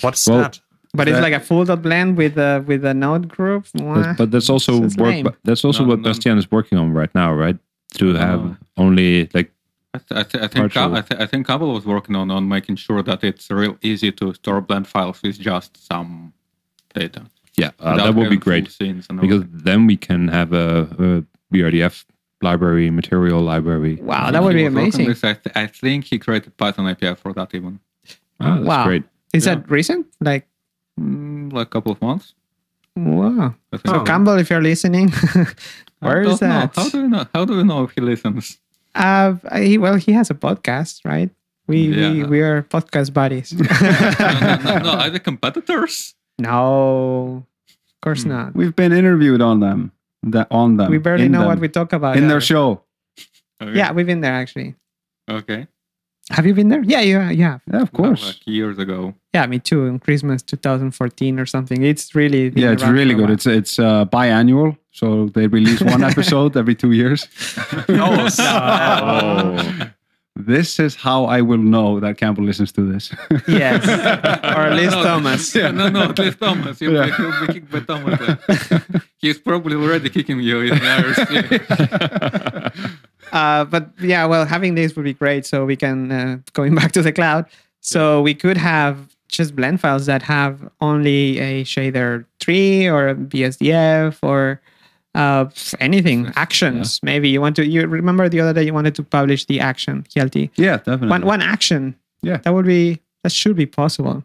[SPEAKER 3] What's
[SPEAKER 1] Well,
[SPEAKER 3] that?
[SPEAKER 4] but it's
[SPEAKER 2] that-
[SPEAKER 4] like a full dot blend with a with a node group. Mwah.
[SPEAKER 1] But, but that's also
[SPEAKER 4] This is lame.
[SPEAKER 1] work. That's also
[SPEAKER 5] No,
[SPEAKER 1] what
[SPEAKER 5] no.
[SPEAKER 1] Bastian is working on right now, right? To have
[SPEAKER 5] No.
[SPEAKER 1] only like
[SPEAKER 5] I, th- I, th- I think
[SPEAKER 1] Partial.
[SPEAKER 5] Cab- I, th- I think Cable was working on, on making sure that it's real easy to store blend files with just some data.
[SPEAKER 1] yeah, uh,
[SPEAKER 5] without
[SPEAKER 1] that would be
[SPEAKER 5] having full
[SPEAKER 1] great
[SPEAKER 5] scenes and
[SPEAKER 1] because
[SPEAKER 5] everything.
[SPEAKER 1] then we can have a, a BRDF library, material library.
[SPEAKER 4] Wow,
[SPEAKER 5] He
[SPEAKER 4] Ah, that would be
[SPEAKER 5] was working
[SPEAKER 4] amazing.
[SPEAKER 5] with- I, th- I think he created Python API for that even
[SPEAKER 1] Ah, that's
[SPEAKER 4] Wow.
[SPEAKER 1] great.
[SPEAKER 4] Is
[SPEAKER 5] Yeah.
[SPEAKER 4] that recent? Like,
[SPEAKER 5] mm, like a couple of months.
[SPEAKER 4] wow.
[SPEAKER 5] I think.
[SPEAKER 4] So, Campbell, if you're listening,
[SPEAKER 5] Oh. I
[SPEAKER 4] where is
[SPEAKER 5] don't know.
[SPEAKER 4] that?
[SPEAKER 5] How do you know? How do you know if he listens?
[SPEAKER 4] Uh, he, well, he has a podcast, right? We, we,
[SPEAKER 5] Yeah.
[SPEAKER 4] we are podcast buddies.
[SPEAKER 5] no, no, no, no, are they competitors?
[SPEAKER 4] no, of course
[SPEAKER 5] Hmm.
[SPEAKER 4] not.
[SPEAKER 2] We've been interviewed on them. That on them.
[SPEAKER 4] We barely
[SPEAKER 2] in
[SPEAKER 4] know
[SPEAKER 2] them,
[SPEAKER 4] what we talk about.
[SPEAKER 2] in their
[SPEAKER 4] uh,
[SPEAKER 2] show.
[SPEAKER 5] Okay.
[SPEAKER 4] Yeah, we've been there actually.
[SPEAKER 5] Okay.
[SPEAKER 4] Have you been there? Yeah, you, you have.
[SPEAKER 2] Yeah, of
[SPEAKER 5] Well,
[SPEAKER 2] course.
[SPEAKER 5] Like years ago.
[SPEAKER 4] Yeah, me too. In Christmas 2014 or something. It's really been
[SPEAKER 2] yeah, it's
[SPEAKER 4] around
[SPEAKER 2] really
[SPEAKER 4] for a
[SPEAKER 2] good.
[SPEAKER 4] while.
[SPEAKER 2] It's it's uh, biannual, so they release one episode every two years.
[SPEAKER 1] Oh,
[SPEAKER 3] No, Oh.
[SPEAKER 2] This is how I will know that Campbell listens to this.
[SPEAKER 4] yes, or at least
[SPEAKER 5] No, no.
[SPEAKER 4] Thomas.
[SPEAKER 5] No, no, no, please, Thomas. You,
[SPEAKER 2] Yeah.
[SPEAKER 5] You'll be kicked by Thomas. like. He's probably already kicking you in the IRC.
[SPEAKER 4] Uh, but yeah, well, having this would be great. So we can uh, going back to the cloud. So we could have just blend files that have only a shader tree or a BSDF or uh, anything actions. Maybe you want to. You remember the other day you wanted to publish the action HLT.
[SPEAKER 2] yeah, definitely.
[SPEAKER 4] One one action.
[SPEAKER 2] Mm-hmm. Yeah.
[SPEAKER 4] that would be that should be possible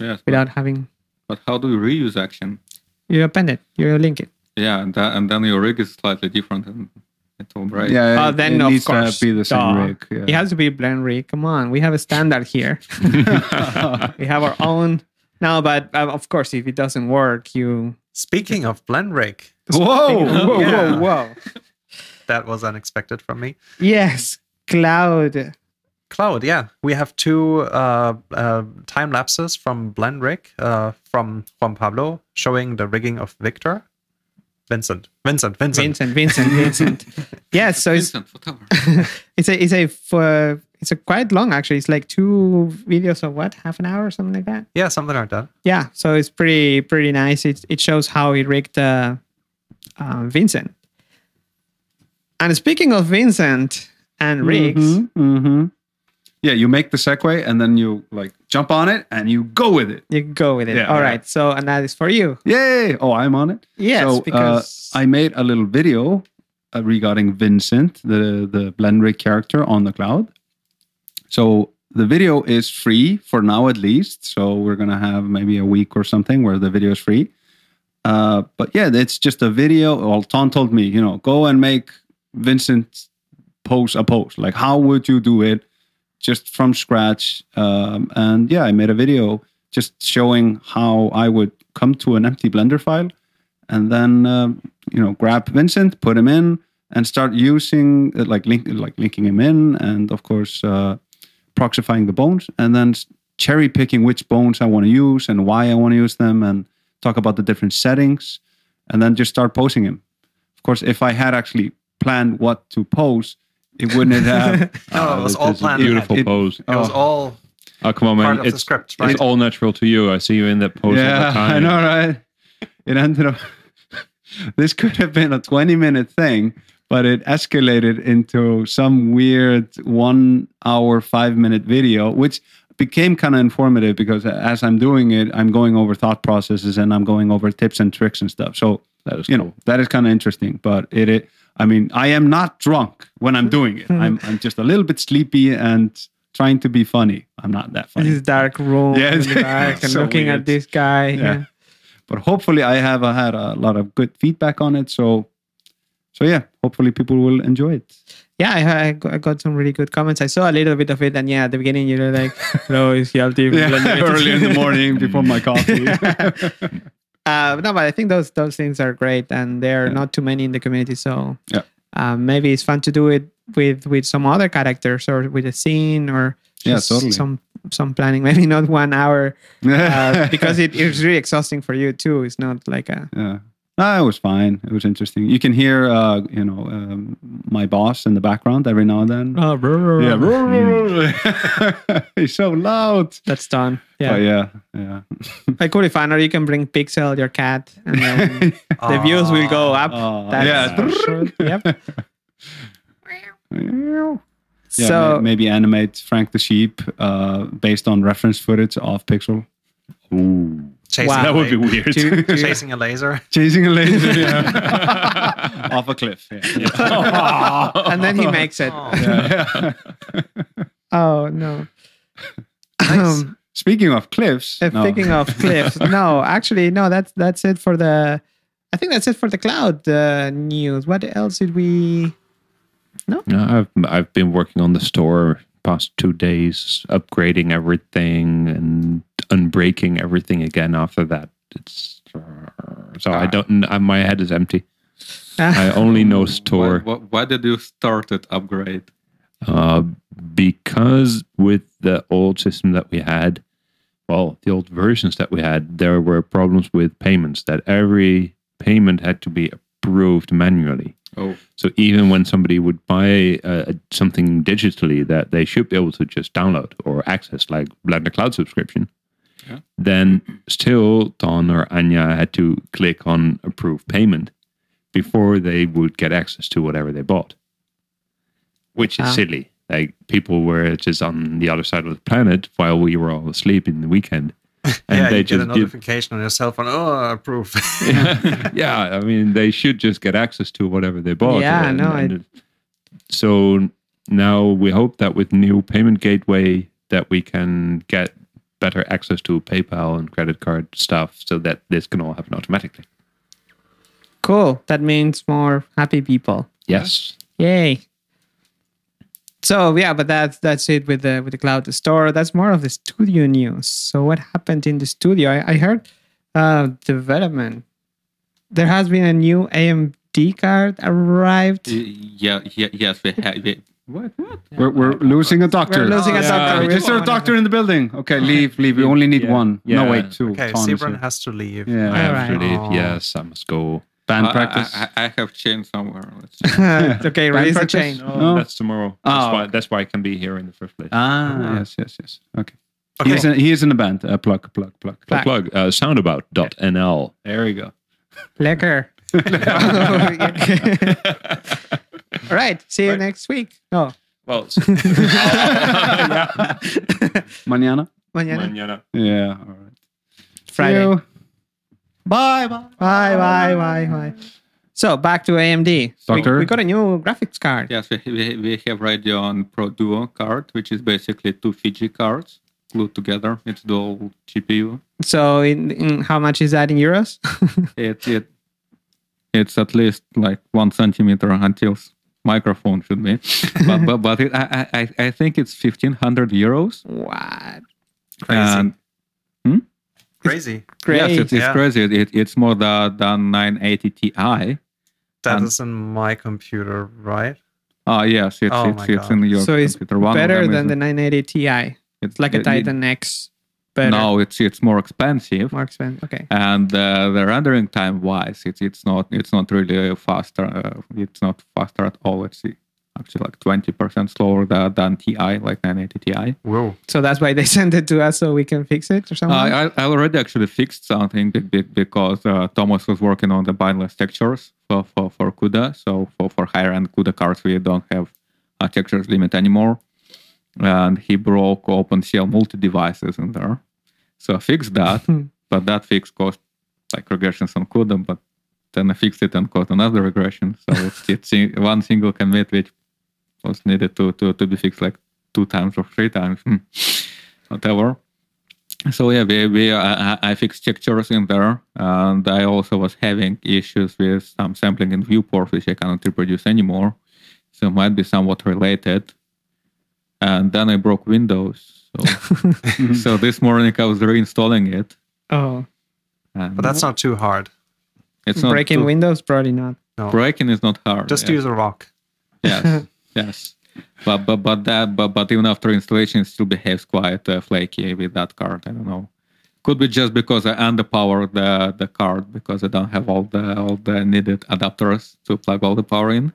[SPEAKER 5] yes, but,
[SPEAKER 4] without having
[SPEAKER 5] but how do you reuse action?
[SPEAKER 4] you append it, you link it.
[SPEAKER 5] Yeah, and, that, and then your rig is slightly different and it will break.
[SPEAKER 2] Yeah,
[SPEAKER 4] Uh,
[SPEAKER 2] it-
[SPEAKER 4] then
[SPEAKER 2] it
[SPEAKER 4] of
[SPEAKER 2] needs
[SPEAKER 4] course,
[SPEAKER 2] to be the same
[SPEAKER 4] duh.
[SPEAKER 2] rig.
[SPEAKER 4] It has to be blend rig. Come on, we have a standard here. we have our own. No, but uh, of course, if it doesn't work, you.
[SPEAKER 3] Speaking of blend rig,
[SPEAKER 2] Whoa, whoa, whoa,
[SPEAKER 3] Yeah.
[SPEAKER 2] whoa!
[SPEAKER 4] Oh, Whoa.
[SPEAKER 3] that was unexpected from me.
[SPEAKER 4] Yes, cloud.
[SPEAKER 3] Cloud, yeah, we have two uh, uh, time lapses from blend rig uh, from Juan Pablo showing the rigging of Victor, Vincent, Vincent, Vincent.
[SPEAKER 4] Vincent, Vincent, Vincent. yes, so it's
[SPEAKER 5] Instant, whatever.
[SPEAKER 4] it's a it's a for, it's a quite long actually. It's like two videos of what half an hour or something like that.
[SPEAKER 3] Yeah, something like that.
[SPEAKER 4] Yeah, so it's pretty pretty nice. It it shows how he rigged uh, uh, Vincent. And speaking of Vincent and rigs.
[SPEAKER 2] Mhm, mhm. Yeah, you make the segue and then you like jump on it and you go with it.
[SPEAKER 4] You go with it.
[SPEAKER 2] Yeah,
[SPEAKER 4] All right.
[SPEAKER 2] yeah.
[SPEAKER 4] So, and that is for you.
[SPEAKER 2] Yay! Oh, I'm on it.
[SPEAKER 4] Yes,
[SPEAKER 2] so, uh,
[SPEAKER 4] because
[SPEAKER 2] I made a little video uh, regarding Vincent, the the Blenrig character on the cloud. So the video is free for now, at least. So we're gonna have maybe a week or something where the video is free. Uh, but yeah, it's just a video. Well, Tom told me, you know, go and make Vincent post a post. Like, how would you do it? Just from scratch. Um, and yeah, I made a video just showing how I would come to an empty Blender file and then um, you know grab Vincent, put him in, and start using uh, like link, like linking him in, and of course uh, proxifying the bones, and then s- cherry picking which bones I want to use and why I want to use them, and talk about the different settings, and then just start posing him. Of course, if I had actually planned what to pose, it wouldn't have.
[SPEAKER 3] No, Oh, it was
[SPEAKER 2] Uh,
[SPEAKER 3] all
[SPEAKER 2] this is
[SPEAKER 3] planned ahead.
[SPEAKER 1] Beautiful
[SPEAKER 2] It-
[SPEAKER 1] pose.
[SPEAKER 3] It was
[SPEAKER 2] Oh.
[SPEAKER 3] all
[SPEAKER 1] Oh, come on,
[SPEAKER 3] part
[SPEAKER 1] man.
[SPEAKER 3] of the
[SPEAKER 1] It's,
[SPEAKER 3] script, right?
[SPEAKER 1] it's all natural to you. I see you in that pose all
[SPEAKER 2] yeah,
[SPEAKER 1] the time.
[SPEAKER 2] I know, right? It ended up. this could have been a twenty-minute thing, but it escalated into some weird one-hour, five-minute video, which became kind of informative because as I'm doing it, I'm going over thought processes and I'm going over tips and tricks and stuff. So
[SPEAKER 1] That is
[SPEAKER 2] you
[SPEAKER 1] cool.
[SPEAKER 2] know that is kind of interesting but it, it i mean i am not drunk when i'm doing it I'm, I'm just a little bit sleepy and trying to be funny i'm not that funny
[SPEAKER 4] This dark room
[SPEAKER 2] Yeah,
[SPEAKER 4] in
[SPEAKER 2] it's-
[SPEAKER 4] the dark and
[SPEAKER 2] so
[SPEAKER 4] looking
[SPEAKER 2] weird.
[SPEAKER 4] at this guy.
[SPEAKER 2] Yeah. but hopefully i have uh, had a lot of good feedback on it so so yeah hopefully people will enjoy it
[SPEAKER 4] Yeah, I, I got- I got some really good comments. I saw a little bit of it, and yeah, at the beginning you were like, "No, it's healthy."
[SPEAKER 2] early in the morning before my coffee
[SPEAKER 4] Uh, no, but I think those those things are great, and there are
[SPEAKER 2] Yeah.
[SPEAKER 4] not too many in the community. So
[SPEAKER 2] Yeah.
[SPEAKER 4] um, maybe it's fun to do it with with some other characters or with a scene or
[SPEAKER 2] Yeah,
[SPEAKER 4] just
[SPEAKER 2] totally.
[SPEAKER 4] some some planning. Maybe not one hour uh, because it, it's really exhausting for you too. It's not like a
[SPEAKER 2] Yeah. No, it was fine. It was interesting. You can hear, uh, you know, um, my boss in the background every now and then. yeah, he's so loud.
[SPEAKER 4] that's done. Yeah,
[SPEAKER 2] Oh, yeah, yeah.
[SPEAKER 4] I could find or you can bring Pixel your cat, and then
[SPEAKER 3] Ah.
[SPEAKER 4] the views will go up.
[SPEAKER 2] Oh,
[SPEAKER 4] That's
[SPEAKER 2] yeah.
[SPEAKER 4] for sure. Yep.
[SPEAKER 2] Yeah,
[SPEAKER 4] so
[SPEAKER 2] may- maybe animate Frank the sheep uh, based on reference footage of Pixel.
[SPEAKER 1] Ooh,
[SPEAKER 3] chasing,
[SPEAKER 4] Wow.
[SPEAKER 3] a
[SPEAKER 1] that would be
[SPEAKER 3] la-
[SPEAKER 1] weird.
[SPEAKER 4] do- do you-
[SPEAKER 3] chasing a laser.
[SPEAKER 2] Chasing a laser yeah. off a cliff. Yeah.
[SPEAKER 4] and then he makes it.
[SPEAKER 3] Oh.
[SPEAKER 2] Yeah.
[SPEAKER 4] Oh no.
[SPEAKER 3] Nice.
[SPEAKER 4] Um,
[SPEAKER 2] Speaking of cliffs,
[SPEAKER 4] uh, Speaking of cliffs, no, actually, no. That's that's it for the. I think that's it for the cloud uh, news. What else did we?
[SPEAKER 1] No, I've I've been working on the store past two days, upgrading everything and unbreaking everything again. After that, it's so
[SPEAKER 2] Ah.
[SPEAKER 1] I don't. I, my head is empty. I only know
[SPEAKER 5] Why,
[SPEAKER 1] store
[SPEAKER 5] why, why did you start at upgrade?
[SPEAKER 1] uh, because with the old system that we had, well, the old versions that we had, there were problems with payments that every payment had to be approved manually.
[SPEAKER 5] Oh,
[SPEAKER 1] So even when somebody would buy uh, something digitally that they should be able to just download or access, like Blender Cloud subscription,
[SPEAKER 5] Yeah.
[SPEAKER 1] then still Don or Anya had to click on approve payment before they would get access to whatever they bought, which is
[SPEAKER 4] Ah.
[SPEAKER 1] silly. Like people were just on the other side of the planet while we were all asleep in the weekend, and
[SPEAKER 3] yeah,
[SPEAKER 1] they
[SPEAKER 3] you get a
[SPEAKER 1] just did
[SPEAKER 3] notification on your cell phone. Oh, approve.
[SPEAKER 1] yeah, I mean, they should just get access to whatever they bought.
[SPEAKER 4] Yeah, no,
[SPEAKER 1] it- so now we hope that with new payment gateway that we can get better access to PayPal and credit card stuff, so that this can all happen automatically.
[SPEAKER 4] Cool. That means more happy people.
[SPEAKER 1] Yes,
[SPEAKER 4] Yay. So yeah, but that's that's it with the with the cloud store. That's more of the studio news. So what happened in the studio? I, I heard uh, development. There has been a new AMD card arrived.
[SPEAKER 5] yeah, yeah, yes, we have. What? what?
[SPEAKER 2] we're, we're losing a doctor.
[SPEAKER 4] We're losing
[SPEAKER 3] Oh,
[SPEAKER 4] a
[SPEAKER 3] yeah.
[SPEAKER 4] doctor.
[SPEAKER 2] Is there a doctor in the building? Okay, leave, leave. We only need
[SPEAKER 1] Yeah.
[SPEAKER 2] one. No,
[SPEAKER 1] Yeah.
[SPEAKER 2] wait, two.
[SPEAKER 3] okay,
[SPEAKER 2] Tom is
[SPEAKER 3] Sebron
[SPEAKER 2] here.
[SPEAKER 3] has to leave.
[SPEAKER 2] Yeah.
[SPEAKER 1] I have to
[SPEAKER 4] Alright.
[SPEAKER 1] leave.
[SPEAKER 3] Aw.
[SPEAKER 1] Yes, I must go.
[SPEAKER 2] Band
[SPEAKER 5] I- I-
[SPEAKER 2] practice.
[SPEAKER 5] I, I, have changed somewhere. Let's see.
[SPEAKER 4] It's Uh, okay,
[SPEAKER 2] Band
[SPEAKER 4] release the
[SPEAKER 2] practice?
[SPEAKER 4] chain.
[SPEAKER 2] No.
[SPEAKER 1] Uh, that's tomorrow. That's
[SPEAKER 2] Oh,
[SPEAKER 1] why.
[SPEAKER 2] okay.
[SPEAKER 1] That's why I can be here in the first place.
[SPEAKER 4] Oh.
[SPEAKER 2] Ah, yes, yes, yes. Okay.
[SPEAKER 3] Okay.
[SPEAKER 2] He, is in, he is in a band. Uh, plug, plug, plug.
[SPEAKER 1] Plug, plug uh, soundabout.nl.
[SPEAKER 2] There we go.
[SPEAKER 4] Lekker. All right. See you next week. Oh, No.
[SPEAKER 1] Well,
[SPEAKER 2] Manana?
[SPEAKER 4] Mañana.
[SPEAKER 1] mañana.
[SPEAKER 2] Yeah. All right.
[SPEAKER 4] Friday.
[SPEAKER 2] See you. Bye, bye.
[SPEAKER 4] Bye, bye, bye, bye. So back to AMD.
[SPEAKER 2] Doctor?
[SPEAKER 4] We, we got a new graphics card.
[SPEAKER 5] Yes, we, we, we have Radeon Pro Duo card, which is basically two Fiji cards glued together. It's dual GPU.
[SPEAKER 4] So in, in how much is that in euros?
[SPEAKER 5] It it it's at least like one centimeter until s- microphone should be, but but, but it, I, I I- I think it's fifteen hundred euros.
[SPEAKER 4] what?
[SPEAKER 3] Crazy.
[SPEAKER 5] And
[SPEAKER 3] crazy.
[SPEAKER 4] Great.
[SPEAKER 5] Yes, it is
[SPEAKER 3] Yeah.
[SPEAKER 5] crazy. It, it's more tha- than 980 Ti.
[SPEAKER 3] That is
[SPEAKER 5] Um,
[SPEAKER 3] in my computer, right?
[SPEAKER 5] Ah, yes, it's,
[SPEAKER 3] Oh
[SPEAKER 5] it's,
[SPEAKER 3] my
[SPEAKER 5] it's
[SPEAKER 3] God.
[SPEAKER 5] in your
[SPEAKER 4] So it's
[SPEAKER 5] computer. One of
[SPEAKER 4] better
[SPEAKER 5] them is
[SPEAKER 4] than the 980 Ti. It's like a
[SPEAKER 5] it-
[SPEAKER 4] Titan X.
[SPEAKER 5] It,
[SPEAKER 4] Better.
[SPEAKER 5] no, it's it's more expensive,
[SPEAKER 4] More expensive. Okay.
[SPEAKER 5] and uh, the rendering time wise, it's it's not it's not really faster. Uh, it's not faster at all. It's actually like 20 percent slower than, than Ti, like 980 Ti.
[SPEAKER 3] Whoa.
[SPEAKER 4] So that's why they sent it to us so we can fix it or something.
[SPEAKER 5] I, I I already actually fixed something be- be- because uh, Thomas was working on the bineless textures for, for, for CUDA. So for, for higher end CUDA cards, we don't have a textures limit anymore. And he broke OpenCL multi devices in there. So I fixed that,
[SPEAKER 4] Hmm.
[SPEAKER 5] but that fix cost like regressions on CUDA, but then I fixed it and caught another regression. So it's, it's si- one single commit which was needed to, to, to be fixed like two times or three times, hmm, whatever. So yeah, we, we uh, I, I- I fixed textures in there, and I also was having issues with some sampling in viewport, which I cannot reproduce anymore. So it might be somewhat related. And then I broke Windows. So, so this morning I was reinstalling it.
[SPEAKER 4] oh,
[SPEAKER 5] And
[SPEAKER 3] But that's not too hard.
[SPEAKER 5] it's not
[SPEAKER 4] breaking
[SPEAKER 5] too-
[SPEAKER 4] Windows? Probably not.
[SPEAKER 5] Breaking is not hard.
[SPEAKER 3] Just
[SPEAKER 5] yeah.
[SPEAKER 3] use a rock.
[SPEAKER 5] yes, yes. But but but that but, but even after installation, it still behaves quite uh, flaky with that card. I don't know. Could be just because I underpowered the the card because I don't have all the all the needed adapters to plug all the power in.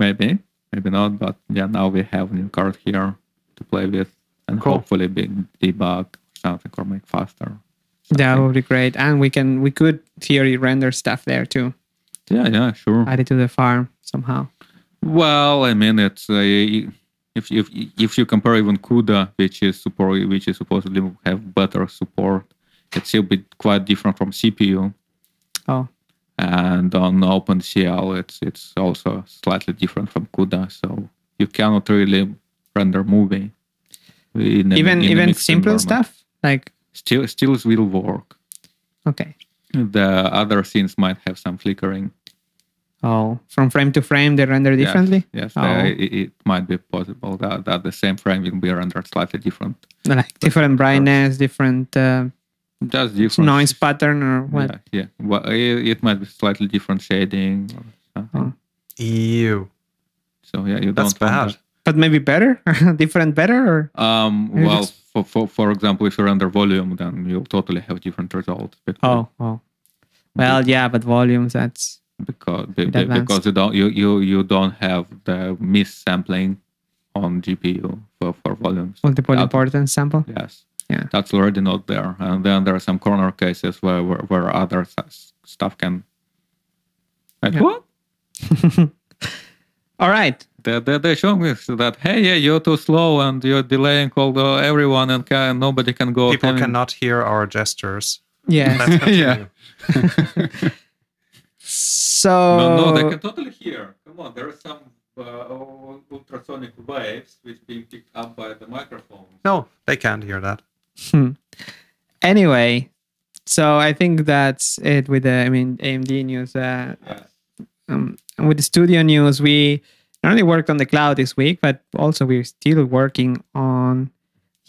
[SPEAKER 5] Maybe, maybe not. But yeah, now we have new card here to play with and
[SPEAKER 3] Cool.
[SPEAKER 5] hopefully be debug something or make faster.
[SPEAKER 4] That would be great. And we can we could theory render stuff there too.
[SPEAKER 5] Yeah, yeah, sure.
[SPEAKER 4] Add it to the farm somehow.
[SPEAKER 5] Well, I mean, it's uh, if if if you compare even CUDA, which is support, which is supposedly have better support, it's still bit quite different from CPU.
[SPEAKER 4] Oh.
[SPEAKER 5] And on OpenCL, it's it's also slightly different from CUDA, so you cannot really render movie. in a-
[SPEAKER 4] even
[SPEAKER 5] in a
[SPEAKER 4] even
[SPEAKER 5] mixed
[SPEAKER 4] simple
[SPEAKER 5] environment.
[SPEAKER 4] stuff? Like
[SPEAKER 5] still still will work.
[SPEAKER 4] okay.
[SPEAKER 5] The other scenes might have some flickering.
[SPEAKER 4] Oh. From frame to frame they render
[SPEAKER 5] Yes,
[SPEAKER 4] differently?
[SPEAKER 5] Yes,
[SPEAKER 4] Oh.
[SPEAKER 5] uh, it, it might be possible that, that the same frame will be rendered slightly different.
[SPEAKER 4] Like different brightness, different uh,
[SPEAKER 5] Just different
[SPEAKER 4] noise pattern or what?
[SPEAKER 5] Yeah, yeah. Well, it, it might be slightly different shading. Or something.
[SPEAKER 4] Oh.
[SPEAKER 3] Ew.
[SPEAKER 5] So yeah, you
[SPEAKER 3] That's
[SPEAKER 5] don't. want
[SPEAKER 3] bad.
[SPEAKER 4] But maybe better? different better or
[SPEAKER 5] that. Um,
[SPEAKER 4] Maybe
[SPEAKER 5] well,
[SPEAKER 4] that's-
[SPEAKER 5] for, for for example, if you render volume, then you'll totally have different results. Because,
[SPEAKER 4] Oh, oh. Well, yeah, but volumes, that's
[SPEAKER 5] because be- be-
[SPEAKER 4] advanced.
[SPEAKER 5] because you don't you, you you don't have the missampling on GPU for for volumes.
[SPEAKER 4] multiple
[SPEAKER 5] That-
[SPEAKER 4] important sample.
[SPEAKER 5] Yes.
[SPEAKER 4] Yeah.
[SPEAKER 5] That's already not there. And then there are some corner cases where where, where other s- stuff can. Like,
[SPEAKER 4] Yeah.
[SPEAKER 5] What?
[SPEAKER 4] All right.
[SPEAKER 5] They, they, they show me that hey yeah you're too slow and you're delaying all the everyone and can, nobody can go
[SPEAKER 3] People
[SPEAKER 5] telling-
[SPEAKER 3] cannot hear our gestures.
[SPEAKER 4] Yeah.
[SPEAKER 3] Let's continue.
[SPEAKER 5] Yeah.
[SPEAKER 4] so
[SPEAKER 5] no no they can totally hear come on there are some uh, ultrasonic waves which being picked up by the microphone
[SPEAKER 3] No, they can't hear that.
[SPEAKER 4] anyway, so I think that's it with the I mean AMD news. Uh,
[SPEAKER 5] yes.
[SPEAKER 4] um, and with the studio news, we not only worked on the cloud this week, but also we're still working on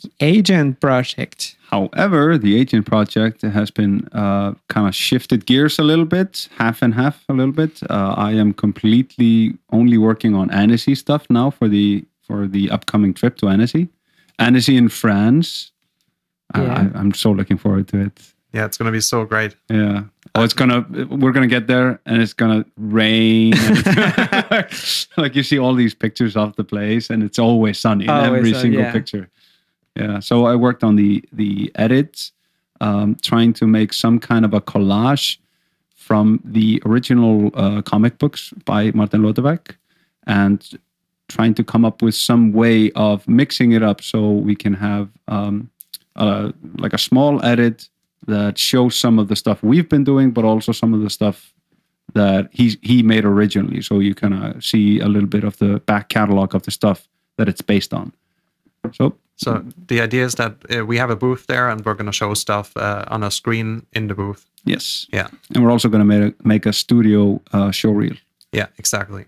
[SPEAKER 4] the agent project.
[SPEAKER 2] However, the agent project has been uh, kind of shifted gears a little bit, half and half a little bit. Uh, I am completely only working on Annecy stuff now for the for the upcoming trip to Annecy, Annecy in France. I-
[SPEAKER 4] Yeah.
[SPEAKER 2] I, I'm so looking forward to it.
[SPEAKER 3] Yeah, it's going to be so great.
[SPEAKER 2] Yeah. Oh, it's gonna. We're gonna get there, and it's gonna rain. like you see all these pictures of the place, and it's always sunny in
[SPEAKER 4] Always
[SPEAKER 2] every
[SPEAKER 4] sun,
[SPEAKER 2] single
[SPEAKER 4] yeah.
[SPEAKER 2] picture. Yeah. So I worked on the the edit, um, trying to make some kind of a collage from the original uh, comic books by Martin Lodewijk, and trying to come up with some way of mixing it up so we can have um, uh, like a small edit that shows some of the stuff we've been doing, but also some of the stuff that he he made originally. So you kind of see a little bit of the back catalog of the stuff that it's based on. So
[SPEAKER 3] So the idea is that uh, we have a booth there and we're going to show stuff uh, on a screen in the booth.
[SPEAKER 2] yes,
[SPEAKER 3] Yeah.
[SPEAKER 2] and we're also going to make a, make a studio uh, showreel.
[SPEAKER 3] Yeah, exactly.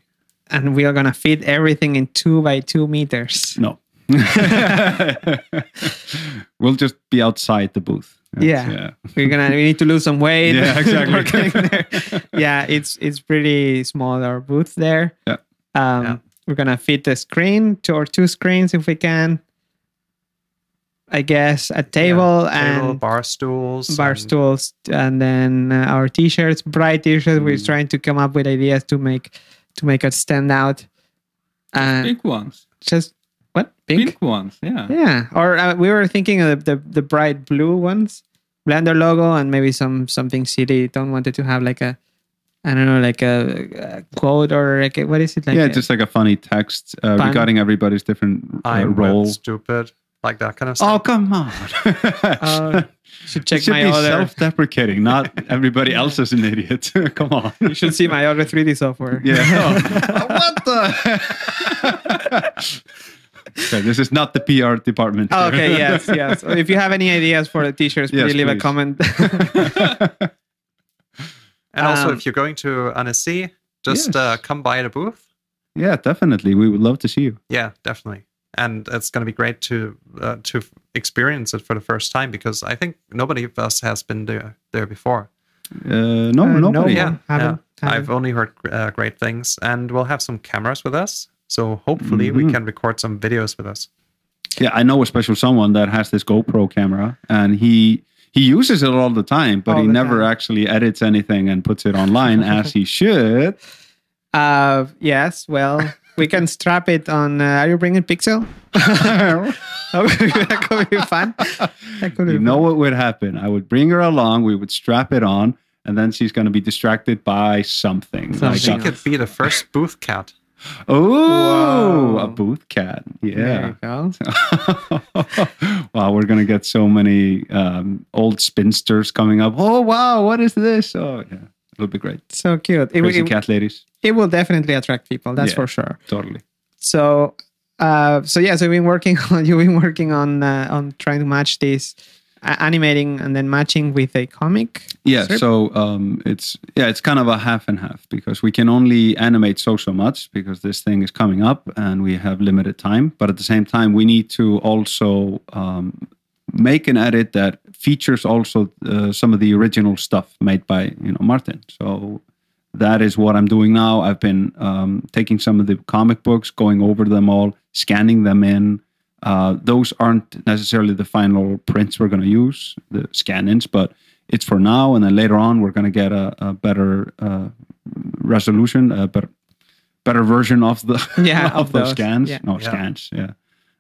[SPEAKER 4] And we are gonna fit everything in two by two meters.
[SPEAKER 2] No. we'll just be outside the booth.
[SPEAKER 4] yeah.
[SPEAKER 2] Yeah.
[SPEAKER 4] We're gonna we need to lose some weight.
[SPEAKER 2] Yeah, exactly.
[SPEAKER 4] We're getting there. yeah, it's it's pretty small our booth there.
[SPEAKER 2] Yeah.
[SPEAKER 4] Um
[SPEAKER 3] Yeah.
[SPEAKER 4] we're gonna fit the screen to or two screens if we can. I guess a table and
[SPEAKER 3] Table, bar stools,
[SPEAKER 4] bar
[SPEAKER 3] and-
[SPEAKER 4] stools and then uh, our t-shirts bright t-shirts we're trying to come up with ideas to make to make us stand out and
[SPEAKER 5] Pink ones.
[SPEAKER 4] just what
[SPEAKER 5] Pink,
[SPEAKER 4] pink,
[SPEAKER 5] ones. Yeah.
[SPEAKER 4] yeah or uh, we were thinking of the, the the bright blue ones blender logo and maybe some something silly don't wanted to have like a i don't know like a, a quote or like a, what is it like
[SPEAKER 2] yeah,
[SPEAKER 4] a-
[SPEAKER 2] just like a funny text uh,
[SPEAKER 4] Fun.
[SPEAKER 2] regarding everybody's different uh,
[SPEAKER 3] I'm
[SPEAKER 2] role.
[SPEAKER 3] stupid, like that kind of
[SPEAKER 2] Oh
[SPEAKER 3] stuff.
[SPEAKER 2] come on!
[SPEAKER 4] Oh, should
[SPEAKER 2] It
[SPEAKER 4] check
[SPEAKER 2] should
[SPEAKER 4] my
[SPEAKER 2] be
[SPEAKER 4] other
[SPEAKER 2] self-deprecating. Not everybody else is an idiot. come on.
[SPEAKER 4] you should see my other 3d software
[SPEAKER 2] Yeah. Oh, what the? okay, this is not the PR department.
[SPEAKER 4] Oh, okay, yes, yes. If you have any ideas for the t-shirts,
[SPEAKER 2] Yes,
[SPEAKER 4] please leave a
[SPEAKER 2] please.
[SPEAKER 4] comment.
[SPEAKER 3] and also,
[SPEAKER 4] um,
[SPEAKER 3] if you're going to Annecy, just
[SPEAKER 2] Yes.
[SPEAKER 3] uh, come by the booth.
[SPEAKER 2] yeah, definitely. We would love to see you.
[SPEAKER 3] Yeah, definitely. And it's going to be great to uh, to f- experience it for the first time because I think nobody of us has been there there before.
[SPEAKER 2] Uh, no,
[SPEAKER 4] Uh,
[SPEAKER 2] nobody.
[SPEAKER 4] no.
[SPEAKER 3] Yeah,
[SPEAKER 4] haven't- haven't.
[SPEAKER 3] I've only heard uh, great things, and we'll have some cameras with us. So hopefully we
[SPEAKER 2] Mhm.
[SPEAKER 3] can record some videos with us.
[SPEAKER 2] Yeah, I know a special someone that has this GoPro camera, and he he uses it all the time, but
[SPEAKER 4] All
[SPEAKER 2] he
[SPEAKER 4] the
[SPEAKER 2] never
[SPEAKER 4] time.
[SPEAKER 2] actually edits anything and puts it online as he should.
[SPEAKER 4] Uh, yes, well, we can strap it on. Uh, are you bringing Pixel? Oh, that could be fun. That could be
[SPEAKER 2] you know what would happen? I would bring her along. We would strap it on, and then she's going to be distracted by something. Like
[SPEAKER 3] She
[SPEAKER 2] a,
[SPEAKER 4] Something.
[SPEAKER 3] could be the first booth cat.
[SPEAKER 2] oh,
[SPEAKER 4] Wow.
[SPEAKER 2] a booth cat.
[SPEAKER 4] fun. There
[SPEAKER 2] Yeah.
[SPEAKER 4] you go.
[SPEAKER 2] wow, we're going to get so many um, old spinsters coming up. Oh, wow, what is this? Oh, yeah. It'll be great.
[SPEAKER 4] So cute. It, will-
[SPEAKER 2] Crazy
[SPEAKER 4] it,
[SPEAKER 2] cat ladies.
[SPEAKER 4] it will definitely attract people. That's
[SPEAKER 2] Yeah.
[SPEAKER 4] for sure.
[SPEAKER 2] Totally.
[SPEAKER 4] So, uh, so yeah, so we've been working on you've been working on uh, on trying to match this, uh, animating and then matching with a comic.
[SPEAKER 2] Yeah,
[SPEAKER 4] strip.
[SPEAKER 2] so um, it's yeah, it's kind of a half and half because we can only animate so so much because this thing is coming up and we have limited time. But at the same time, we need to also um, make an edit that features also uh, some of the original stuff made by you know Martin. So that is what I'm doing now. I've been um, taking some of the comic books, going over them all, scanning them in. Uh, those aren't necessarily the final prints we're going to use, the scan ins, but it's for now. And then later on, we're going to get a, a better uh, resolution, a better, better version of the
[SPEAKER 4] Yeah,
[SPEAKER 2] of, those,
[SPEAKER 4] of those.
[SPEAKER 2] scans.
[SPEAKER 4] Yeah.
[SPEAKER 2] No,
[SPEAKER 3] Yeah.
[SPEAKER 2] scans. Yeah.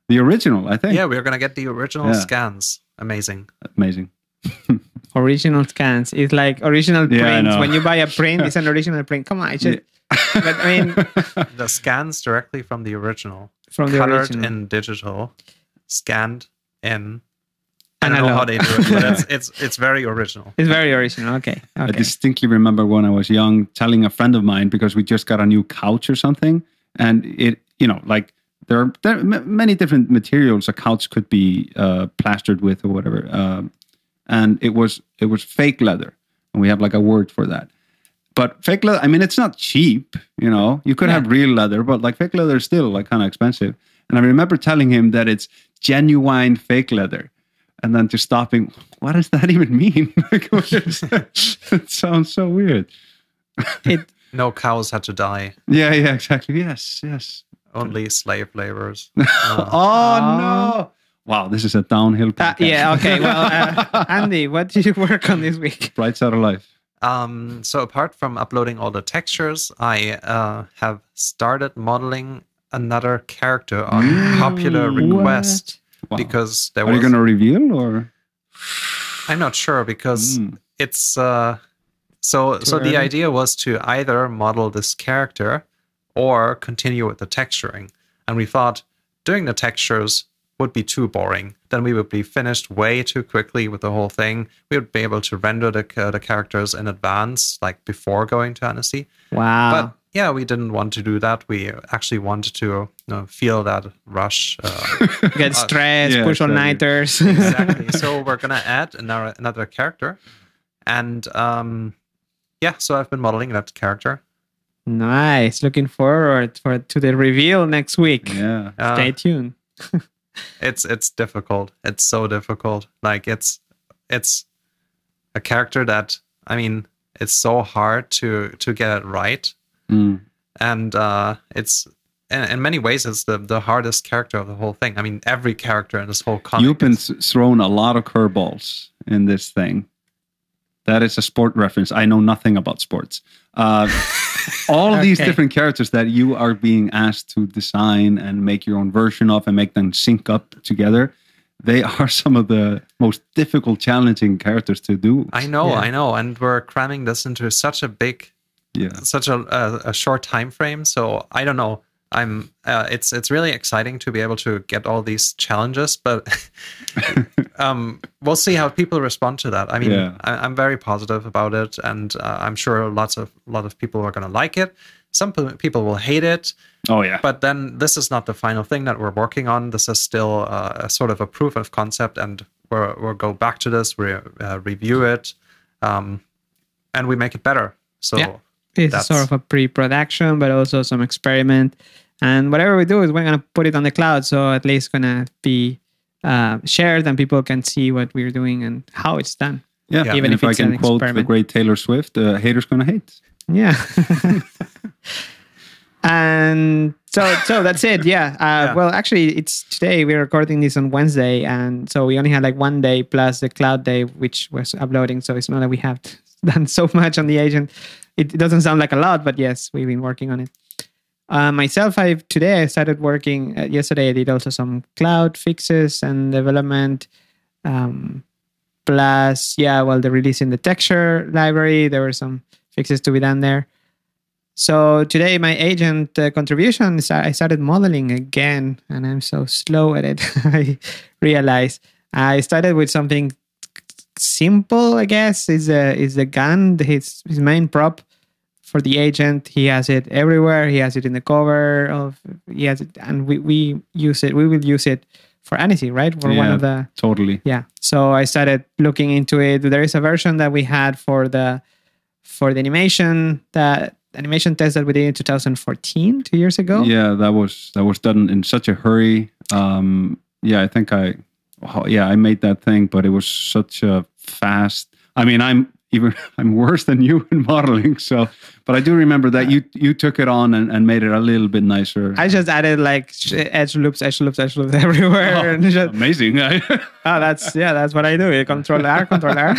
[SPEAKER 2] The original, I think.
[SPEAKER 3] Yeah, we're going to get the original
[SPEAKER 2] Yeah.
[SPEAKER 3] scans. Amazing.
[SPEAKER 2] Amazing.
[SPEAKER 4] original scans. It's like original
[SPEAKER 2] Yeah, I
[SPEAKER 4] prints.
[SPEAKER 2] know.
[SPEAKER 4] When you buy a print, it's an original print. Come on, it's just, but I mean
[SPEAKER 3] The scans directly from the original,
[SPEAKER 4] from the
[SPEAKER 3] colored
[SPEAKER 4] original.
[SPEAKER 3] in digital, scanned in. I don't know
[SPEAKER 4] Analog.
[SPEAKER 3] how they do it, but it's, it's it's very original.
[SPEAKER 4] It's very original. Okay.
[SPEAKER 2] I
[SPEAKER 4] Okay.
[SPEAKER 2] distinctly remember when I was young telling a friend of mine because we just got a new couch or something, and it, you know, like there are, there are m- many different materials a couch could be uh, plastered with or whatever, um, and it was it was fake leather, and we have like a word for that. But fake leather, I mean, it's not cheap, you know. You could
[SPEAKER 4] Yeah.
[SPEAKER 2] have real leather, but like fake leather is still like kind of expensive. And I remember telling him that it's genuine fake leather and then just stopping. What does that even mean? Like, what is that? it sounds so weird.
[SPEAKER 4] It,
[SPEAKER 3] No cows had to die.
[SPEAKER 2] Yeah, yeah, exactly. Yes, yes.
[SPEAKER 3] Only slave laborers.
[SPEAKER 2] Oh,
[SPEAKER 3] Uh,
[SPEAKER 2] no! Wow, this is a downhill.
[SPEAKER 4] Ah. uh,
[SPEAKER 2] Podcast.
[SPEAKER 4] yeah. Okay. Well, uh, Andy, what did you work on this week?
[SPEAKER 2] bright side of life.
[SPEAKER 3] um, so apart from uploading all the textures, I uh, have started modeling another character on popular
[SPEAKER 2] Mm, what?
[SPEAKER 3] request
[SPEAKER 2] Wow.
[SPEAKER 3] because there
[SPEAKER 2] are
[SPEAKER 3] was.
[SPEAKER 2] you going to reveal or?
[SPEAKER 3] I'm not sure because
[SPEAKER 2] Mm,
[SPEAKER 3] it's uh, so so
[SPEAKER 4] early?
[SPEAKER 3] the idea was to either model this character or continue with the texturing, and we thought doing the textures would be too boring. Then we would be finished way too quickly with the whole thing. We would be able to render the ca- the characters in advance, like before going to Annecy.
[SPEAKER 4] Wow.
[SPEAKER 3] But yeah, we didn't want to do that. We actually wanted to you know, feel that rush. Uh,
[SPEAKER 4] Get stressed,
[SPEAKER 2] yeah,
[SPEAKER 4] push
[SPEAKER 2] exactly.
[SPEAKER 4] on nighters.
[SPEAKER 3] exactly. So we're gonna add another another character, and um, yeah. So I've been modeling that character.
[SPEAKER 4] nice. Looking forward for to the reveal next week.
[SPEAKER 2] yeah.
[SPEAKER 3] Uh,
[SPEAKER 4] Stay tuned.
[SPEAKER 3] it's it's difficult. It's so difficult. Like it's it's a character that I mean, it's so hard to to get it right,
[SPEAKER 4] Hmm.
[SPEAKER 2] Mm.
[SPEAKER 3] and uh, it's in, in many ways it's the the hardest character of the whole thing. I mean, every character in this whole comic.
[SPEAKER 2] You've been
[SPEAKER 3] is-
[SPEAKER 2] s- thrown a lot of curveballs in this thing. That is a sport reference. I know nothing about sports. Uh, all these
[SPEAKER 4] Okay.
[SPEAKER 2] different characters that you are being asked to design and make your own version of and make them sync up together, they are some of the most difficult, challenging characters to do.
[SPEAKER 3] I know,
[SPEAKER 4] Yeah.
[SPEAKER 3] I know, and we're cramming this into such a big,
[SPEAKER 2] Yeah.
[SPEAKER 3] such a, a, a short time frame. So I don't know. I'm. Uh, it's it's really exciting to be able to get all these challenges, but um, we'll see how people respond to that. I mean,
[SPEAKER 2] Yeah.
[SPEAKER 3] I, I'm very positive about it, and uh, I'm sure lots of lot of people are going to like it. Some pe- people will hate it,
[SPEAKER 2] Oh, yeah.
[SPEAKER 3] but then this is not the final thing that we're working on. This is still uh, a sort of a proof of concept, and we're, we'll go back to this, we uh, review it, um, and we make it better. So
[SPEAKER 4] Yeah. It's
[SPEAKER 3] That's-
[SPEAKER 4] sort of a pre-production, but also some experiment. And whatever we do is we're gonna put it on the cloud, so at least gonna be uh, shared and people can see what we're doing and how it's done.
[SPEAKER 2] Yeah,
[SPEAKER 3] Yeah.
[SPEAKER 2] and
[SPEAKER 4] Even
[SPEAKER 2] if,
[SPEAKER 4] if
[SPEAKER 2] I
[SPEAKER 4] it's
[SPEAKER 2] can
[SPEAKER 4] an
[SPEAKER 2] quote the
[SPEAKER 4] experiment.
[SPEAKER 2] great Taylor Swift, uh, haters gonna hate.
[SPEAKER 4] Yeah. and so so that's it. Yeah. Uh,
[SPEAKER 3] Yeah.
[SPEAKER 4] Well, actually, it's today. We're recording this on Wednesday, and so we only had like one day plus the cloud day, which was uploading. So it's not that we have done so much on the agent. It doesn't sound like a lot, but yes, we've been working on it. Uh, myself, I have today I started working. Uh, yesterday, I did also some cloud fixes and development. Um, plus, yeah, well, the release in the texture library, there were some fixes to be done there. So today, my agent uh, contribution is I started modeling again, and I'm so slow at it. I realize I started with something simple, I guess. Is a is the gun his his main prop for the agent? He has it everywhere. He has it in the cover of he has it, and we we use it. We will use it for anything, right? For one
[SPEAKER 2] Yeah.
[SPEAKER 4] of the
[SPEAKER 2] Totally.
[SPEAKER 4] yeah so i started looking into it there is a version that we had for the for the animation that animation test that we did in 2014 two years ago
[SPEAKER 2] Yeah, that was that was done in such a hurry. Um, yeah, I think I, oh, yeah, I made that thing, but it was such a fast. I mean, I'm even I'm worse than you in modeling. So, but I do remember that you you took it on and, and made it a little bit nicer.
[SPEAKER 4] i just added like sh- edge loops edge loops edge loops everywhere and just,
[SPEAKER 2] Amazing.
[SPEAKER 4] oh that's yeah that's what i do Yeah, control r control r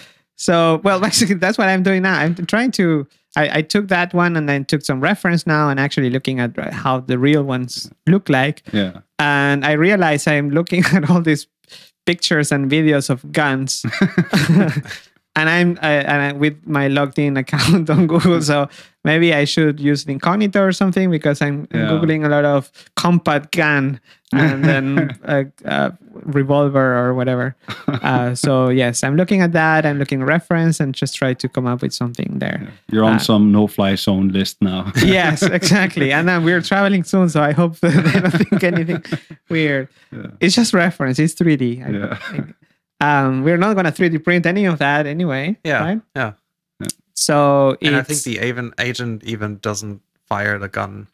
[SPEAKER 4] so well basically that's what i'm doing now i'm trying to I, I took that one and then took some reference now and actually looking at how the real ones look like
[SPEAKER 2] yeah.
[SPEAKER 4] and I realize I'm looking at all these pictures and videos of guns, and I'm I, and I, with my logged in account on Google. So maybe I should use incognito or something because I'm
[SPEAKER 2] Yeah.
[SPEAKER 4] googling a lot of compact gun and then a, a revolver or whatever. Uh, so yes, I'm looking at that. I'm looking reference and just try to come up with something there
[SPEAKER 2] You're on
[SPEAKER 4] Uh,
[SPEAKER 2] some no-fly zone list now.
[SPEAKER 4] yes, exactly. And then we're traveling soon, so I hope that they don't think anything weird. It's just reference. It's 3D. I-
[SPEAKER 2] Yeah.
[SPEAKER 4] Um, we're not gonna 3D print any of that anyway.
[SPEAKER 3] yeah,
[SPEAKER 4] Right?
[SPEAKER 3] yeah.
[SPEAKER 4] So
[SPEAKER 3] And I
[SPEAKER 4] it's-
[SPEAKER 3] think the agent agent even doesn't fire the gun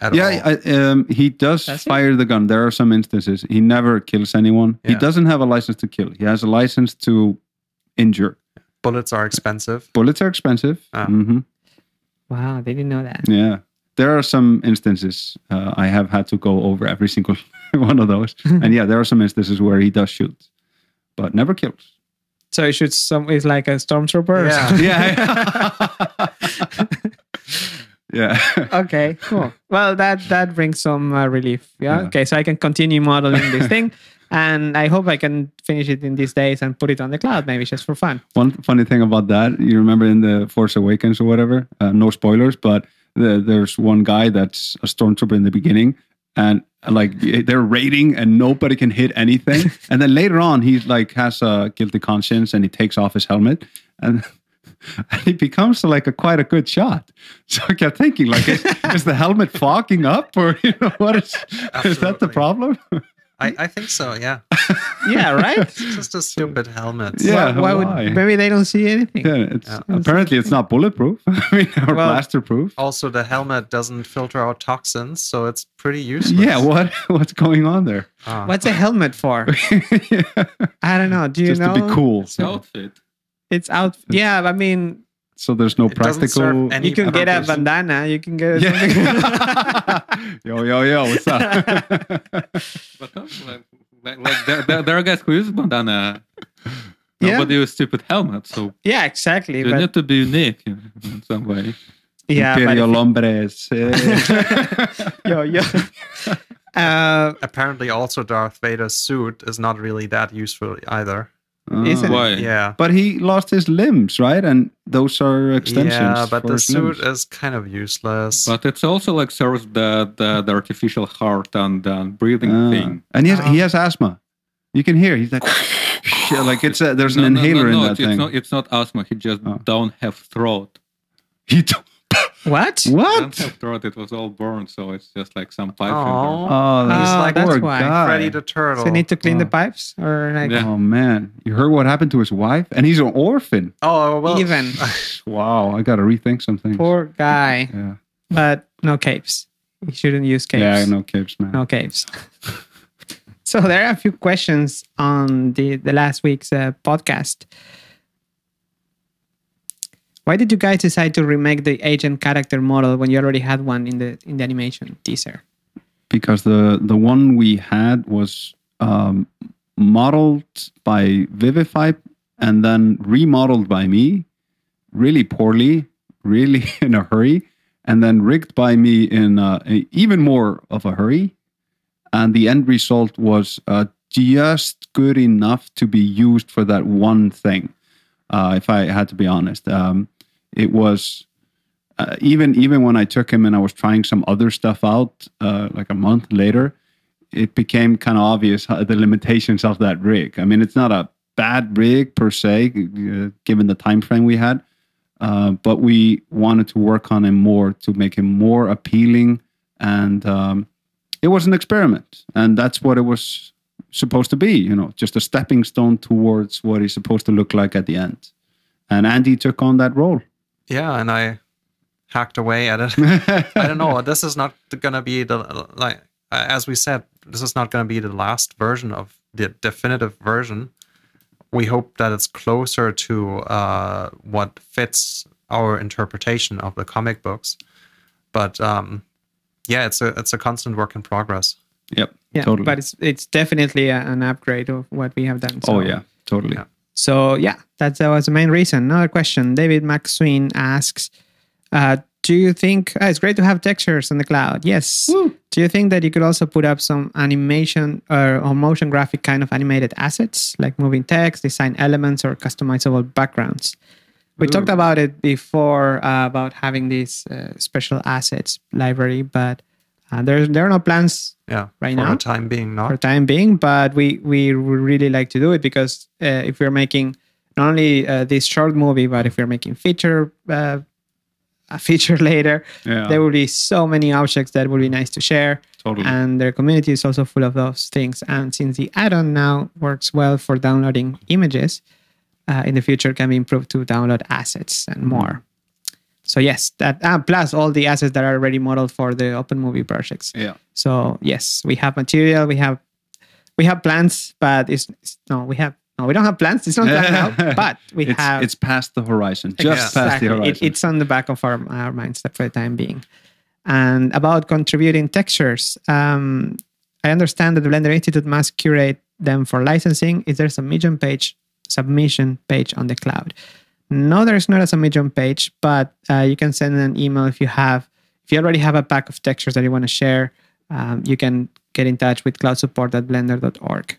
[SPEAKER 3] at all.
[SPEAKER 2] Yeah, I, um, he does
[SPEAKER 4] Does he?
[SPEAKER 2] fire the gun. There are some instances he never kills anyone. He
[SPEAKER 3] Yeah.
[SPEAKER 2] doesn't have a license to kill. He has a license to injure.
[SPEAKER 3] Bullets are expensive.
[SPEAKER 2] Bullets are expensive.
[SPEAKER 3] Ah.
[SPEAKER 2] hmm
[SPEAKER 4] wow, they didn't know that.
[SPEAKER 2] Yeah, there are some instances uh, I have had to go over every single one of those. and yeah, there are some instances where he does shoot, but never kills.
[SPEAKER 4] So it shoots some. It's like a stormtrooper. or
[SPEAKER 3] Yeah.
[SPEAKER 4] something.
[SPEAKER 2] Yeah. yeah.
[SPEAKER 4] okay, cool. Well, that that brings some uh, relief. Yeah?
[SPEAKER 2] Yeah.
[SPEAKER 4] Okay, so I can continue modeling this thing, and I hope I can finish it in these days and put it on the cloud, maybe just for fun.
[SPEAKER 2] One funny thing about that, you remember in the Force Awakens or whatever, uh, no spoilers, but the, there's one guy that's a stormtrooper in the beginning, and uh, like they're raiding and nobody can hit anything, and then later on he like has a guilty conscience and he takes off his helmet and. And he becomes like a quite a good shot. So I kept thinking, like, is, is the helmet fogging up, or you know, what is is that the
[SPEAKER 3] Absolutely.
[SPEAKER 2] problem?
[SPEAKER 3] I, I think so. Yeah,
[SPEAKER 4] Yeah, right.
[SPEAKER 3] it's just a stupid helmet.
[SPEAKER 2] Yeah.
[SPEAKER 4] why, why
[SPEAKER 2] why?
[SPEAKER 4] would maybe they don't see anything?
[SPEAKER 2] Yeah, it's
[SPEAKER 3] Yeah.
[SPEAKER 2] apparently it's not bulletproof. I mean, or
[SPEAKER 4] Well,
[SPEAKER 2] blaster proof.
[SPEAKER 3] Also, the helmet doesn't filter out toxins, so it's pretty useless.
[SPEAKER 2] Yeah, what what's going on there?
[SPEAKER 3] Ah.
[SPEAKER 4] What's a helmet for?
[SPEAKER 2] Just
[SPEAKER 4] I don't know. Do you
[SPEAKER 2] to
[SPEAKER 4] know?
[SPEAKER 2] be cool.
[SPEAKER 5] Outfit.
[SPEAKER 4] It's out. Yeah, I mean,
[SPEAKER 2] So there's no
[SPEAKER 3] It doesn't serve
[SPEAKER 2] practical.
[SPEAKER 3] any
[SPEAKER 4] you can get a
[SPEAKER 3] purpose.
[SPEAKER 4] bandana. You can get a
[SPEAKER 2] Yeah. yo, yo, yo, what's up?
[SPEAKER 5] But no, like, like, like there, there, there are guys who use bandana.
[SPEAKER 4] Yeah.
[SPEAKER 5] Nobody uses stupid helmet, so
[SPEAKER 4] yeah, exactly.
[SPEAKER 5] you
[SPEAKER 4] But
[SPEAKER 5] need to be unique in, in some way.
[SPEAKER 3] Ah,
[SPEAKER 4] yeah, but
[SPEAKER 2] Imperial
[SPEAKER 4] if-
[SPEAKER 2] hombres.
[SPEAKER 4] yo, yo. Uh,
[SPEAKER 3] Apparently, also Darth Vader's suit is not really that useful either.
[SPEAKER 4] Isn't
[SPEAKER 5] Why?
[SPEAKER 3] Yeah.
[SPEAKER 2] Ah. But he lost his limbs, right? And those are extensions.
[SPEAKER 3] Yeah, but
[SPEAKER 2] for
[SPEAKER 3] the
[SPEAKER 2] his limbs.
[SPEAKER 3] suit is kind of useless.
[SPEAKER 5] But it's also like serves the the, the artificial heart and, and breathing
[SPEAKER 2] Ah.
[SPEAKER 5] thing.
[SPEAKER 2] And he has,
[SPEAKER 4] Ah.
[SPEAKER 3] Um,
[SPEAKER 2] he has asthma. You can hear. He's like, shit, like it's a, there's an
[SPEAKER 5] No, no, no,
[SPEAKER 2] inhaler
[SPEAKER 5] no,
[SPEAKER 2] in that
[SPEAKER 5] it's
[SPEAKER 2] thing.
[SPEAKER 5] Not, it's not asthma. He just
[SPEAKER 2] Oh.
[SPEAKER 5] don't have throat.
[SPEAKER 2] He don't-
[SPEAKER 4] what?
[SPEAKER 5] Don't
[SPEAKER 2] what?
[SPEAKER 5] have throat. It was all burned, so it's just like some pipe.
[SPEAKER 3] Aw.
[SPEAKER 2] Oh,
[SPEAKER 4] He's
[SPEAKER 2] that's
[SPEAKER 4] like-
[SPEAKER 2] poor
[SPEAKER 4] Ah, that's why.
[SPEAKER 2] guy.
[SPEAKER 3] Freddy the Turtle.
[SPEAKER 4] So you need to clean the
[SPEAKER 2] Oh.
[SPEAKER 4] pipes or like
[SPEAKER 5] Yeah.
[SPEAKER 2] Oh man, you heard what happened to his wife, and he's an orphan.
[SPEAKER 3] oh, well.
[SPEAKER 4] even
[SPEAKER 2] Wow, I gotta rethink some things.
[SPEAKER 4] poor guy,
[SPEAKER 2] yeah,
[SPEAKER 4] but no capes. You shouldn't use capes.
[SPEAKER 2] yeah, no capes, man.
[SPEAKER 4] no caves. so there are a few questions on the, the last week's uh, podcast. Why did you guys decide to remake the agent character model when you already had one in the in the animation teaser?
[SPEAKER 2] Because the the one we had was um, modeled by Vivify and then remodeled by me, really poorly, really in a hurry, and then rigged by me in uh, a, even more of a hurry. And the end result was uh, just good enough to be used for that one thing. Uh, if I had to be honest, um, it was uh, even even when I took him and I was trying some other stuff out, uh, like a month later, it became kind of obvious how, the limitations of that rig. I mean, it's not a bad rig per se, uh, given the time frame we had, uh, but we wanted to work on him more to make him more appealing, and um, it was an experiment, and that's what it was supposed to be. You know, just a stepping stone towards what he's supposed to look like at the end. And Andy took on that role.
[SPEAKER 3] Yeah, and I hacked away at it. I don't know. This is not gonna be the like uh, as we said. This is not gonna be the last version of the definitive version. We hope that it's closer to uh, what fits our interpretation of the comic books. But um, yeah, it's a it's a constant work in progress.
[SPEAKER 2] Yep.
[SPEAKER 4] Yeah,
[SPEAKER 2] Totally.
[SPEAKER 4] but it's it's definitely a, an upgrade of what we have done.
[SPEAKER 2] oh
[SPEAKER 4] so-
[SPEAKER 2] yeah, totally.
[SPEAKER 3] Yeah.
[SPEAKER 4] So yeah, that, that was the main reason. Another question: David McSween asks, uh, "Do you think ah, it's great to have textures in the cloud? Yes. Do you think that you could also put up some animation or, or motion graphic kind of animated assets like moving text, design elements, or customizable backgrounds? We talked about it before uh, about having these uh, special assets library, but uh, there there are no plans
[SPEAKER 3] Yeah,
[SPEAKER 4] Right
[SPEAKER 3] for
[SPEAKER 4] now?
[SPEAKER 3] the time being, not
[SPEAKER 4] for time being but we we would really like to do it because uh, if we're making not only uh, this short movie but if we're making feature uh, a feature later
[SPEAKER 2] Yeah.
[SPEAKER 4] there will be so many objects that would be nice to share
[SPEAKER 2] Totally.
[SPEAKER 4] and their community is also full of those things and since the add-on now works well for downloading images uh, in the future can be improved to download assets and more so yes that ah, plus all the assets that are already modeled for the open movie projects
[SPEAKER 2] yeah.
[SPEAKER 4] so yes, we have material. We have we have plans, but it's, it's no. We have no. We don't have plans. It's not planned out, but we
[SPEAKER 2] it's,
[SPEAKER 4] have.
[SPEAKER 2] it's past the horizon, just past the
[SPEAKER 4] Exactly.
[SPEAKER 2] horizon.
[SPEAKER 4] It, it's on the back of our, our minds for the time being. And about contributing textures, um, I understand that the Blender Institute must curate them for licensing. Is there a submission page? Submission page on the cloud? No, there's not a submission page, but uh, you can send an email if you have. If you already have a pack of textures that you want to share, um, you can get in touch with cloudsupport at blender.org.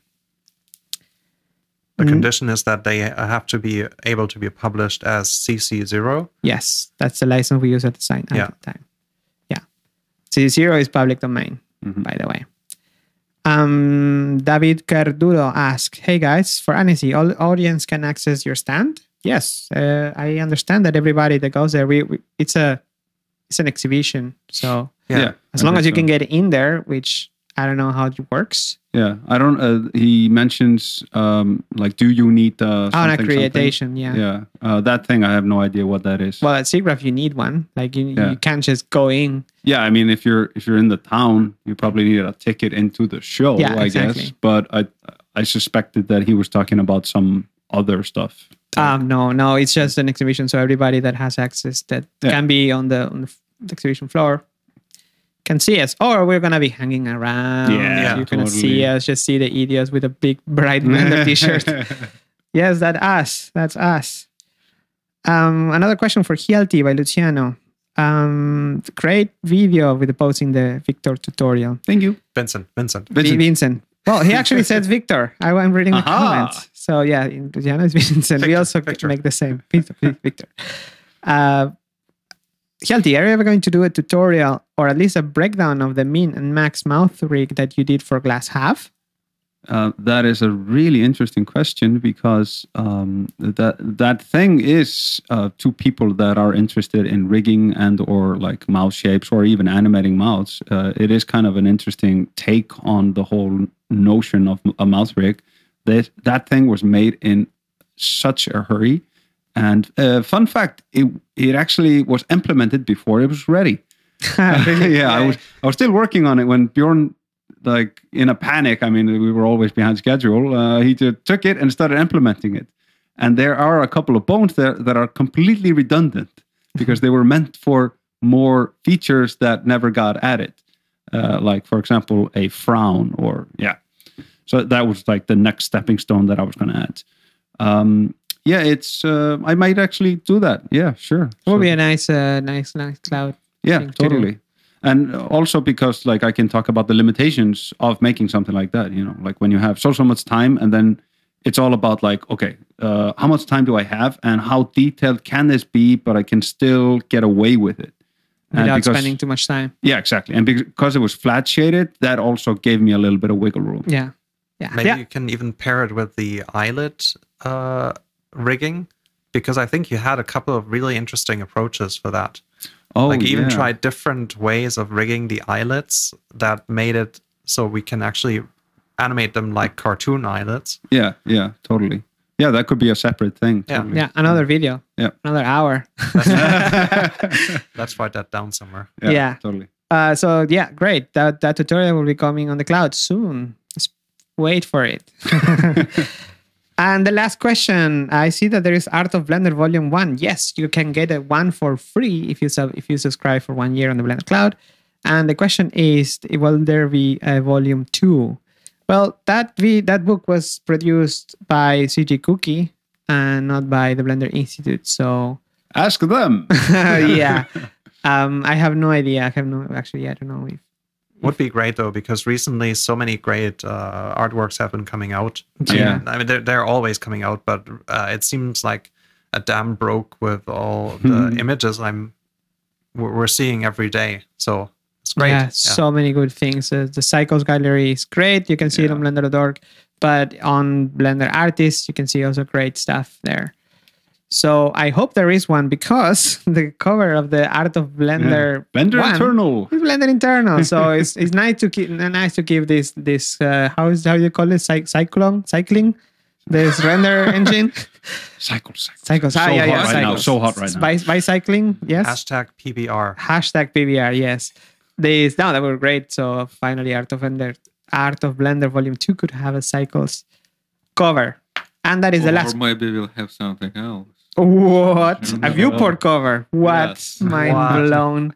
[SPEAKER 3] the
[SPEAKER 4] Mhm.
[SPEAKER 3] condition is that they have to be able to be published as CC zero.
[SPEAKER 4] Yes, that's the license we use at the sign at
[SPEAKER 3] Yeah.
[SPEAKER 4] the time. Yeah. C zero is public domain,
[SPEAKER 2] Mhm.
[SPEAKER 4] by the way. Um, David Cardulo asks, "Hey guys, for Annecy, all audience can access your stand." Yes, uh, I understand that everybody that goes there, we, we it's a it's an exhibition, so as
[SPEAKER 2] I
[SPEAKER 4] long
[SPEAKER 2] think
[SPEAKER 4] as you
[SPEAKER 2] so.
[SPEAKER 4] can get in there, which I don't know how it works.
[SPEAKER 2] yeah, I don't. Uh, he mentions um, like, do you need uh,
[SPEAKER 4] Oh, an
[SPEAKER 2] something, something?
[SPEAKER 4] accreditation, yeah.
[SPEAKER 2] Yeah, uh, that thing. I have no idea what that is.
[SPEAKER 4] Well, at SIGGRAPH, you need one. Like you,
[SPEAKER 2] Yeah.
[SPEAKER 4] you can't just go in
[SPEAKER 2] yeah, I mean, if you're if you're in the town, you probably need a ticket into the show.
[SPEAKER 4] Yeah,
[SPEAKER 2] I
[SPEAKER 4] exactly.
[SPEAKER 2] guess. But I I suspected that he was talking about some other stuff.
[SPEAKER 5] time.
[SPEAKER 4] Um, no, no, it's just an exhibition, so everybody that has access that
[SPEAKER 2] Yeah.
[SPEAKER 4] can be on the on the f- the exhibition floor can see us, or we're gonna be hanging around.
[SPEAKER 2] Yeah,
[SPEAKER 4] you're gonna
[SPEAKER 2] totally.
[SPEAKER 4] see us. Just see the idiots with a big bright blender T-shirt. Yes, that us. That's us. Um, another question for Hialti by Luciano. Um, great video with the posting the Victor tutorial.
[SPEAKER 2] Thank you.
[SPEAKER 3] Vincent, Vincent.
[SPEAKER 4] Vincent.
[SPEAKER 2] Vincent.
[SPEAKER 4] Vincent. Well, he actually says Victor. I, I'm reading the
[SPEAKER 2] Aha.
[SPEAKER 4] comments. So yeah, in Luciano is Vincent. we
[SPEAKER 3] Victor,
[SPEAKER 4] also
[SPEAKER 3] Victor.
[SPEAKER 4] make the same. Victor. Victor. Uh, Hjalti, are you ever going to do a tutorial or at least a breakdown of the min and max mouth rig that you did for Glass Half?
[SPEAKER 2] Uh, that is a really interesting question because um, that that thing is uh, to people that are interested in rigging and or like mouth shapes or even animating mouths. Uh, it is kind of an interesting take on the whole notion of a mouth rig. That that thing was made in such a hurry, and uh, fun fact, it it actually was implemented before it was ready. yeah, I was I was still working on it when Bjorn, like in a panic. I mean, we were always behind schedule. Uh, he ju- took it and started implementing it. And there are a couple of bones there that are completely redundant because they were meant for more features that never got added. Uh, like for example, a frown or yeah. So that was like the next stepping stone that I was going to add. Um, yeah, it's. Uh, I might actually do that. Yeah, sure.
[SPEAKER 4] It would
[SPEAKER 2] So-
[SPEAKER 4] be a nice, uh, nice, nice cloud.
[SPEAKER 2] yeah
[SPEAKER 4] thing to do.
[SPEAKER 2] totally and also because like i can talk about the limitations of making something like that you know like when you have so so much time and then it's all about like okay uh, how much time do i have and how detailed can this be but i can still get away with it And
[SPEAKER 4] without
[SPEAKER 2] because-
[SPEAKER 4] spending too much time.
[SPEAKER 2] yeah exactly and because it was flat shaded that also gave me a little bit of wiggle room
[SPEAKER 4] Yeah. Yeah.
[SPEAKER 3] Maybe
[SPEAKER 4] yeah.
[SPEAKER 3] you can even pair it with the eyelet uh, rigging, because I think you had a couple of really interesting approaches for that.
[SPEAKER 2] oh
[SPEAKER 3] like even
[SPEAKER 2] yeah.
[SPEAKER 3] tried different ways of rigging the eyelets that made it so we can actually animate them like cartoon eyelets.
[SPEAKER 2] yeah yeah totally yeah that could be a separate thing
[SPEAKER 3] Yeah.
[SPEAKER 2] totally.
[SPEAKER 4] Yeah. Another video.
[SPEAKER 2] Yeah.
[SPEAKER 4] Another hour.
[SPEAKER 3] Let's write that down somewhere.
[SPEAKER 4] Yeah.
[SPEAKER 2] totally
[SPEAKER 4] Uh, so yeah, great. That that tutorial will be coming on the cloud soon. Just wait for it. and the last question, I see that there is Art of Blender Volume One. Yes, you can get a one for free if you sub if you subscribe for one year on the Blender Cloud. And the question is, will there be a Volume Two? Well, that v, that book was produced by CG Cookie and not by the Blender Institute. So
[SPEAKER 2] ask them
[SPEAKER 4] yeah. Um, I have no idea. I have no actually. I don't know if
[SPEAKER 3] Would be great though, because recently so many great uh, artworks have been coming out. I mean,
[SPEAKER 2] Yeah.
[SPEAKER 3] I mean they're, they're always coming out, but uh, it seems like a dam broke with all the
[SPEAKER 4] Hmm.
[SPEAKER 3] images I'm we're we're seeing every day. So it's great.
[SPEAKER 4] Yeah, so many good things. Uh, the Cycles Gallery is great. You can see it on Blender.org, but on Blender Artists, you can see also great stuff there. So I hope there is one because the cover of the Art of Blender
[SPEAKER 2] Blender
[SPEAKER 4] one
[SPEAKER 2] Eternal.
[SPEAKER 4] is Blender Internal. So it's it's nice to keep nice to give this this uh, how is how you call it Cy- cyclone cycling this render engine.
[SPEAKER 2] Cycle, cycle.
[SPEAKER 4] Cycles.
[SPEAKER 2] So
[SPEAKER 4] ah, yeah,
[SPEAKER 2] hot
[SPEAKER 4] yeah,
[SPEAKER 2] right now.
[SPEAKER 4] cycles.
[SPEAKER 2] So hot right now.
[SPEAKER 4] Bi- bicycling, yes.
[SPEAKER 3] Hashtag PBR.
[SPEAKER 4] Hashtag PBR, yes. These no, that were great. So finally, Art of Blender, Art of Blender Volume Two could have a cycles cover, and that is the
[SPEAKER 5] or
[SPEAKER 4] last.
[SPEAKER 5] maybe we'll have something else.
[SPEAKER 4] What a viewport cover! What
[SPEAKER 5] Yes.
[SPEAKER 4] mind
[SPEAKER 3] Wow.
[SPEAKER 4] blown.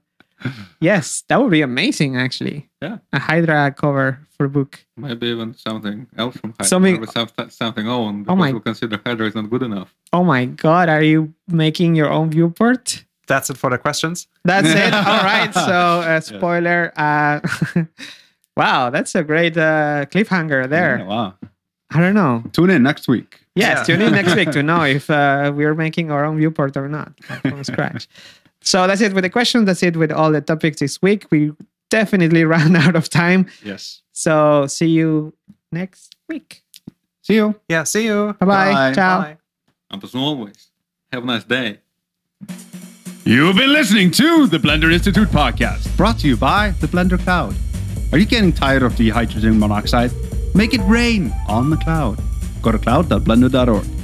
[SPEAKER 4] Yes, that would be amazing. Actually,
[SPEAKER 5] Yeah.
[SPEAKER 4] a Hydra cover for book.
[SPEAKER 5] Maybe even something else from Hydra.
[SPEAKER 4] Something-
[SPEAKER 5] Maybe some, something own because
[SPEAKER 4] Oh my-
[SPEAKER 5] we consider Hydra is not good enough.
[SPEAKER 4] Oh my God, are you making your own viewport?
[SPEAKER 3] That's it for the questions.
[SPEAKER 4] That's it. All right. So, uh, spoiler. Uh, wow, that's a great uh, cliffhanger there.
[SPEAKER 2] Yeah, wow.
[SPEAKER 4] I don't know.
[SPEAKER 2] Tune in next week.
[SPEAKER 4] Yes,
[SPEAKER 3] Yeah.
[SPEAKER 4] tune in next week to know if uh, we're making our own viewport or not from scratch. so that's it with the questions. That's it with all the topics this week. We definitely ran out of time.
[SPEAKER 2] Yes.
[SPEAKER 4] So see you next week.
[SPEAKER 2] See you.
[SPEAKER 3] Yeah, see you.
[SPEAKER 4] Bye-bye.
[SPEAKER 2] Bye.
[SPEAKER 4] Ciao.
[SPEAKER 3] Bye.
[SPEAKER 5] And as always, have a nice day.
[SPEAKER 2] You've been listening to the Blender Institute podcast, brought to you by the Blender Cloud. Are you getting tired of the hydrogen monoxide? Make it rain on the cloud. Go to cloud.blender.org.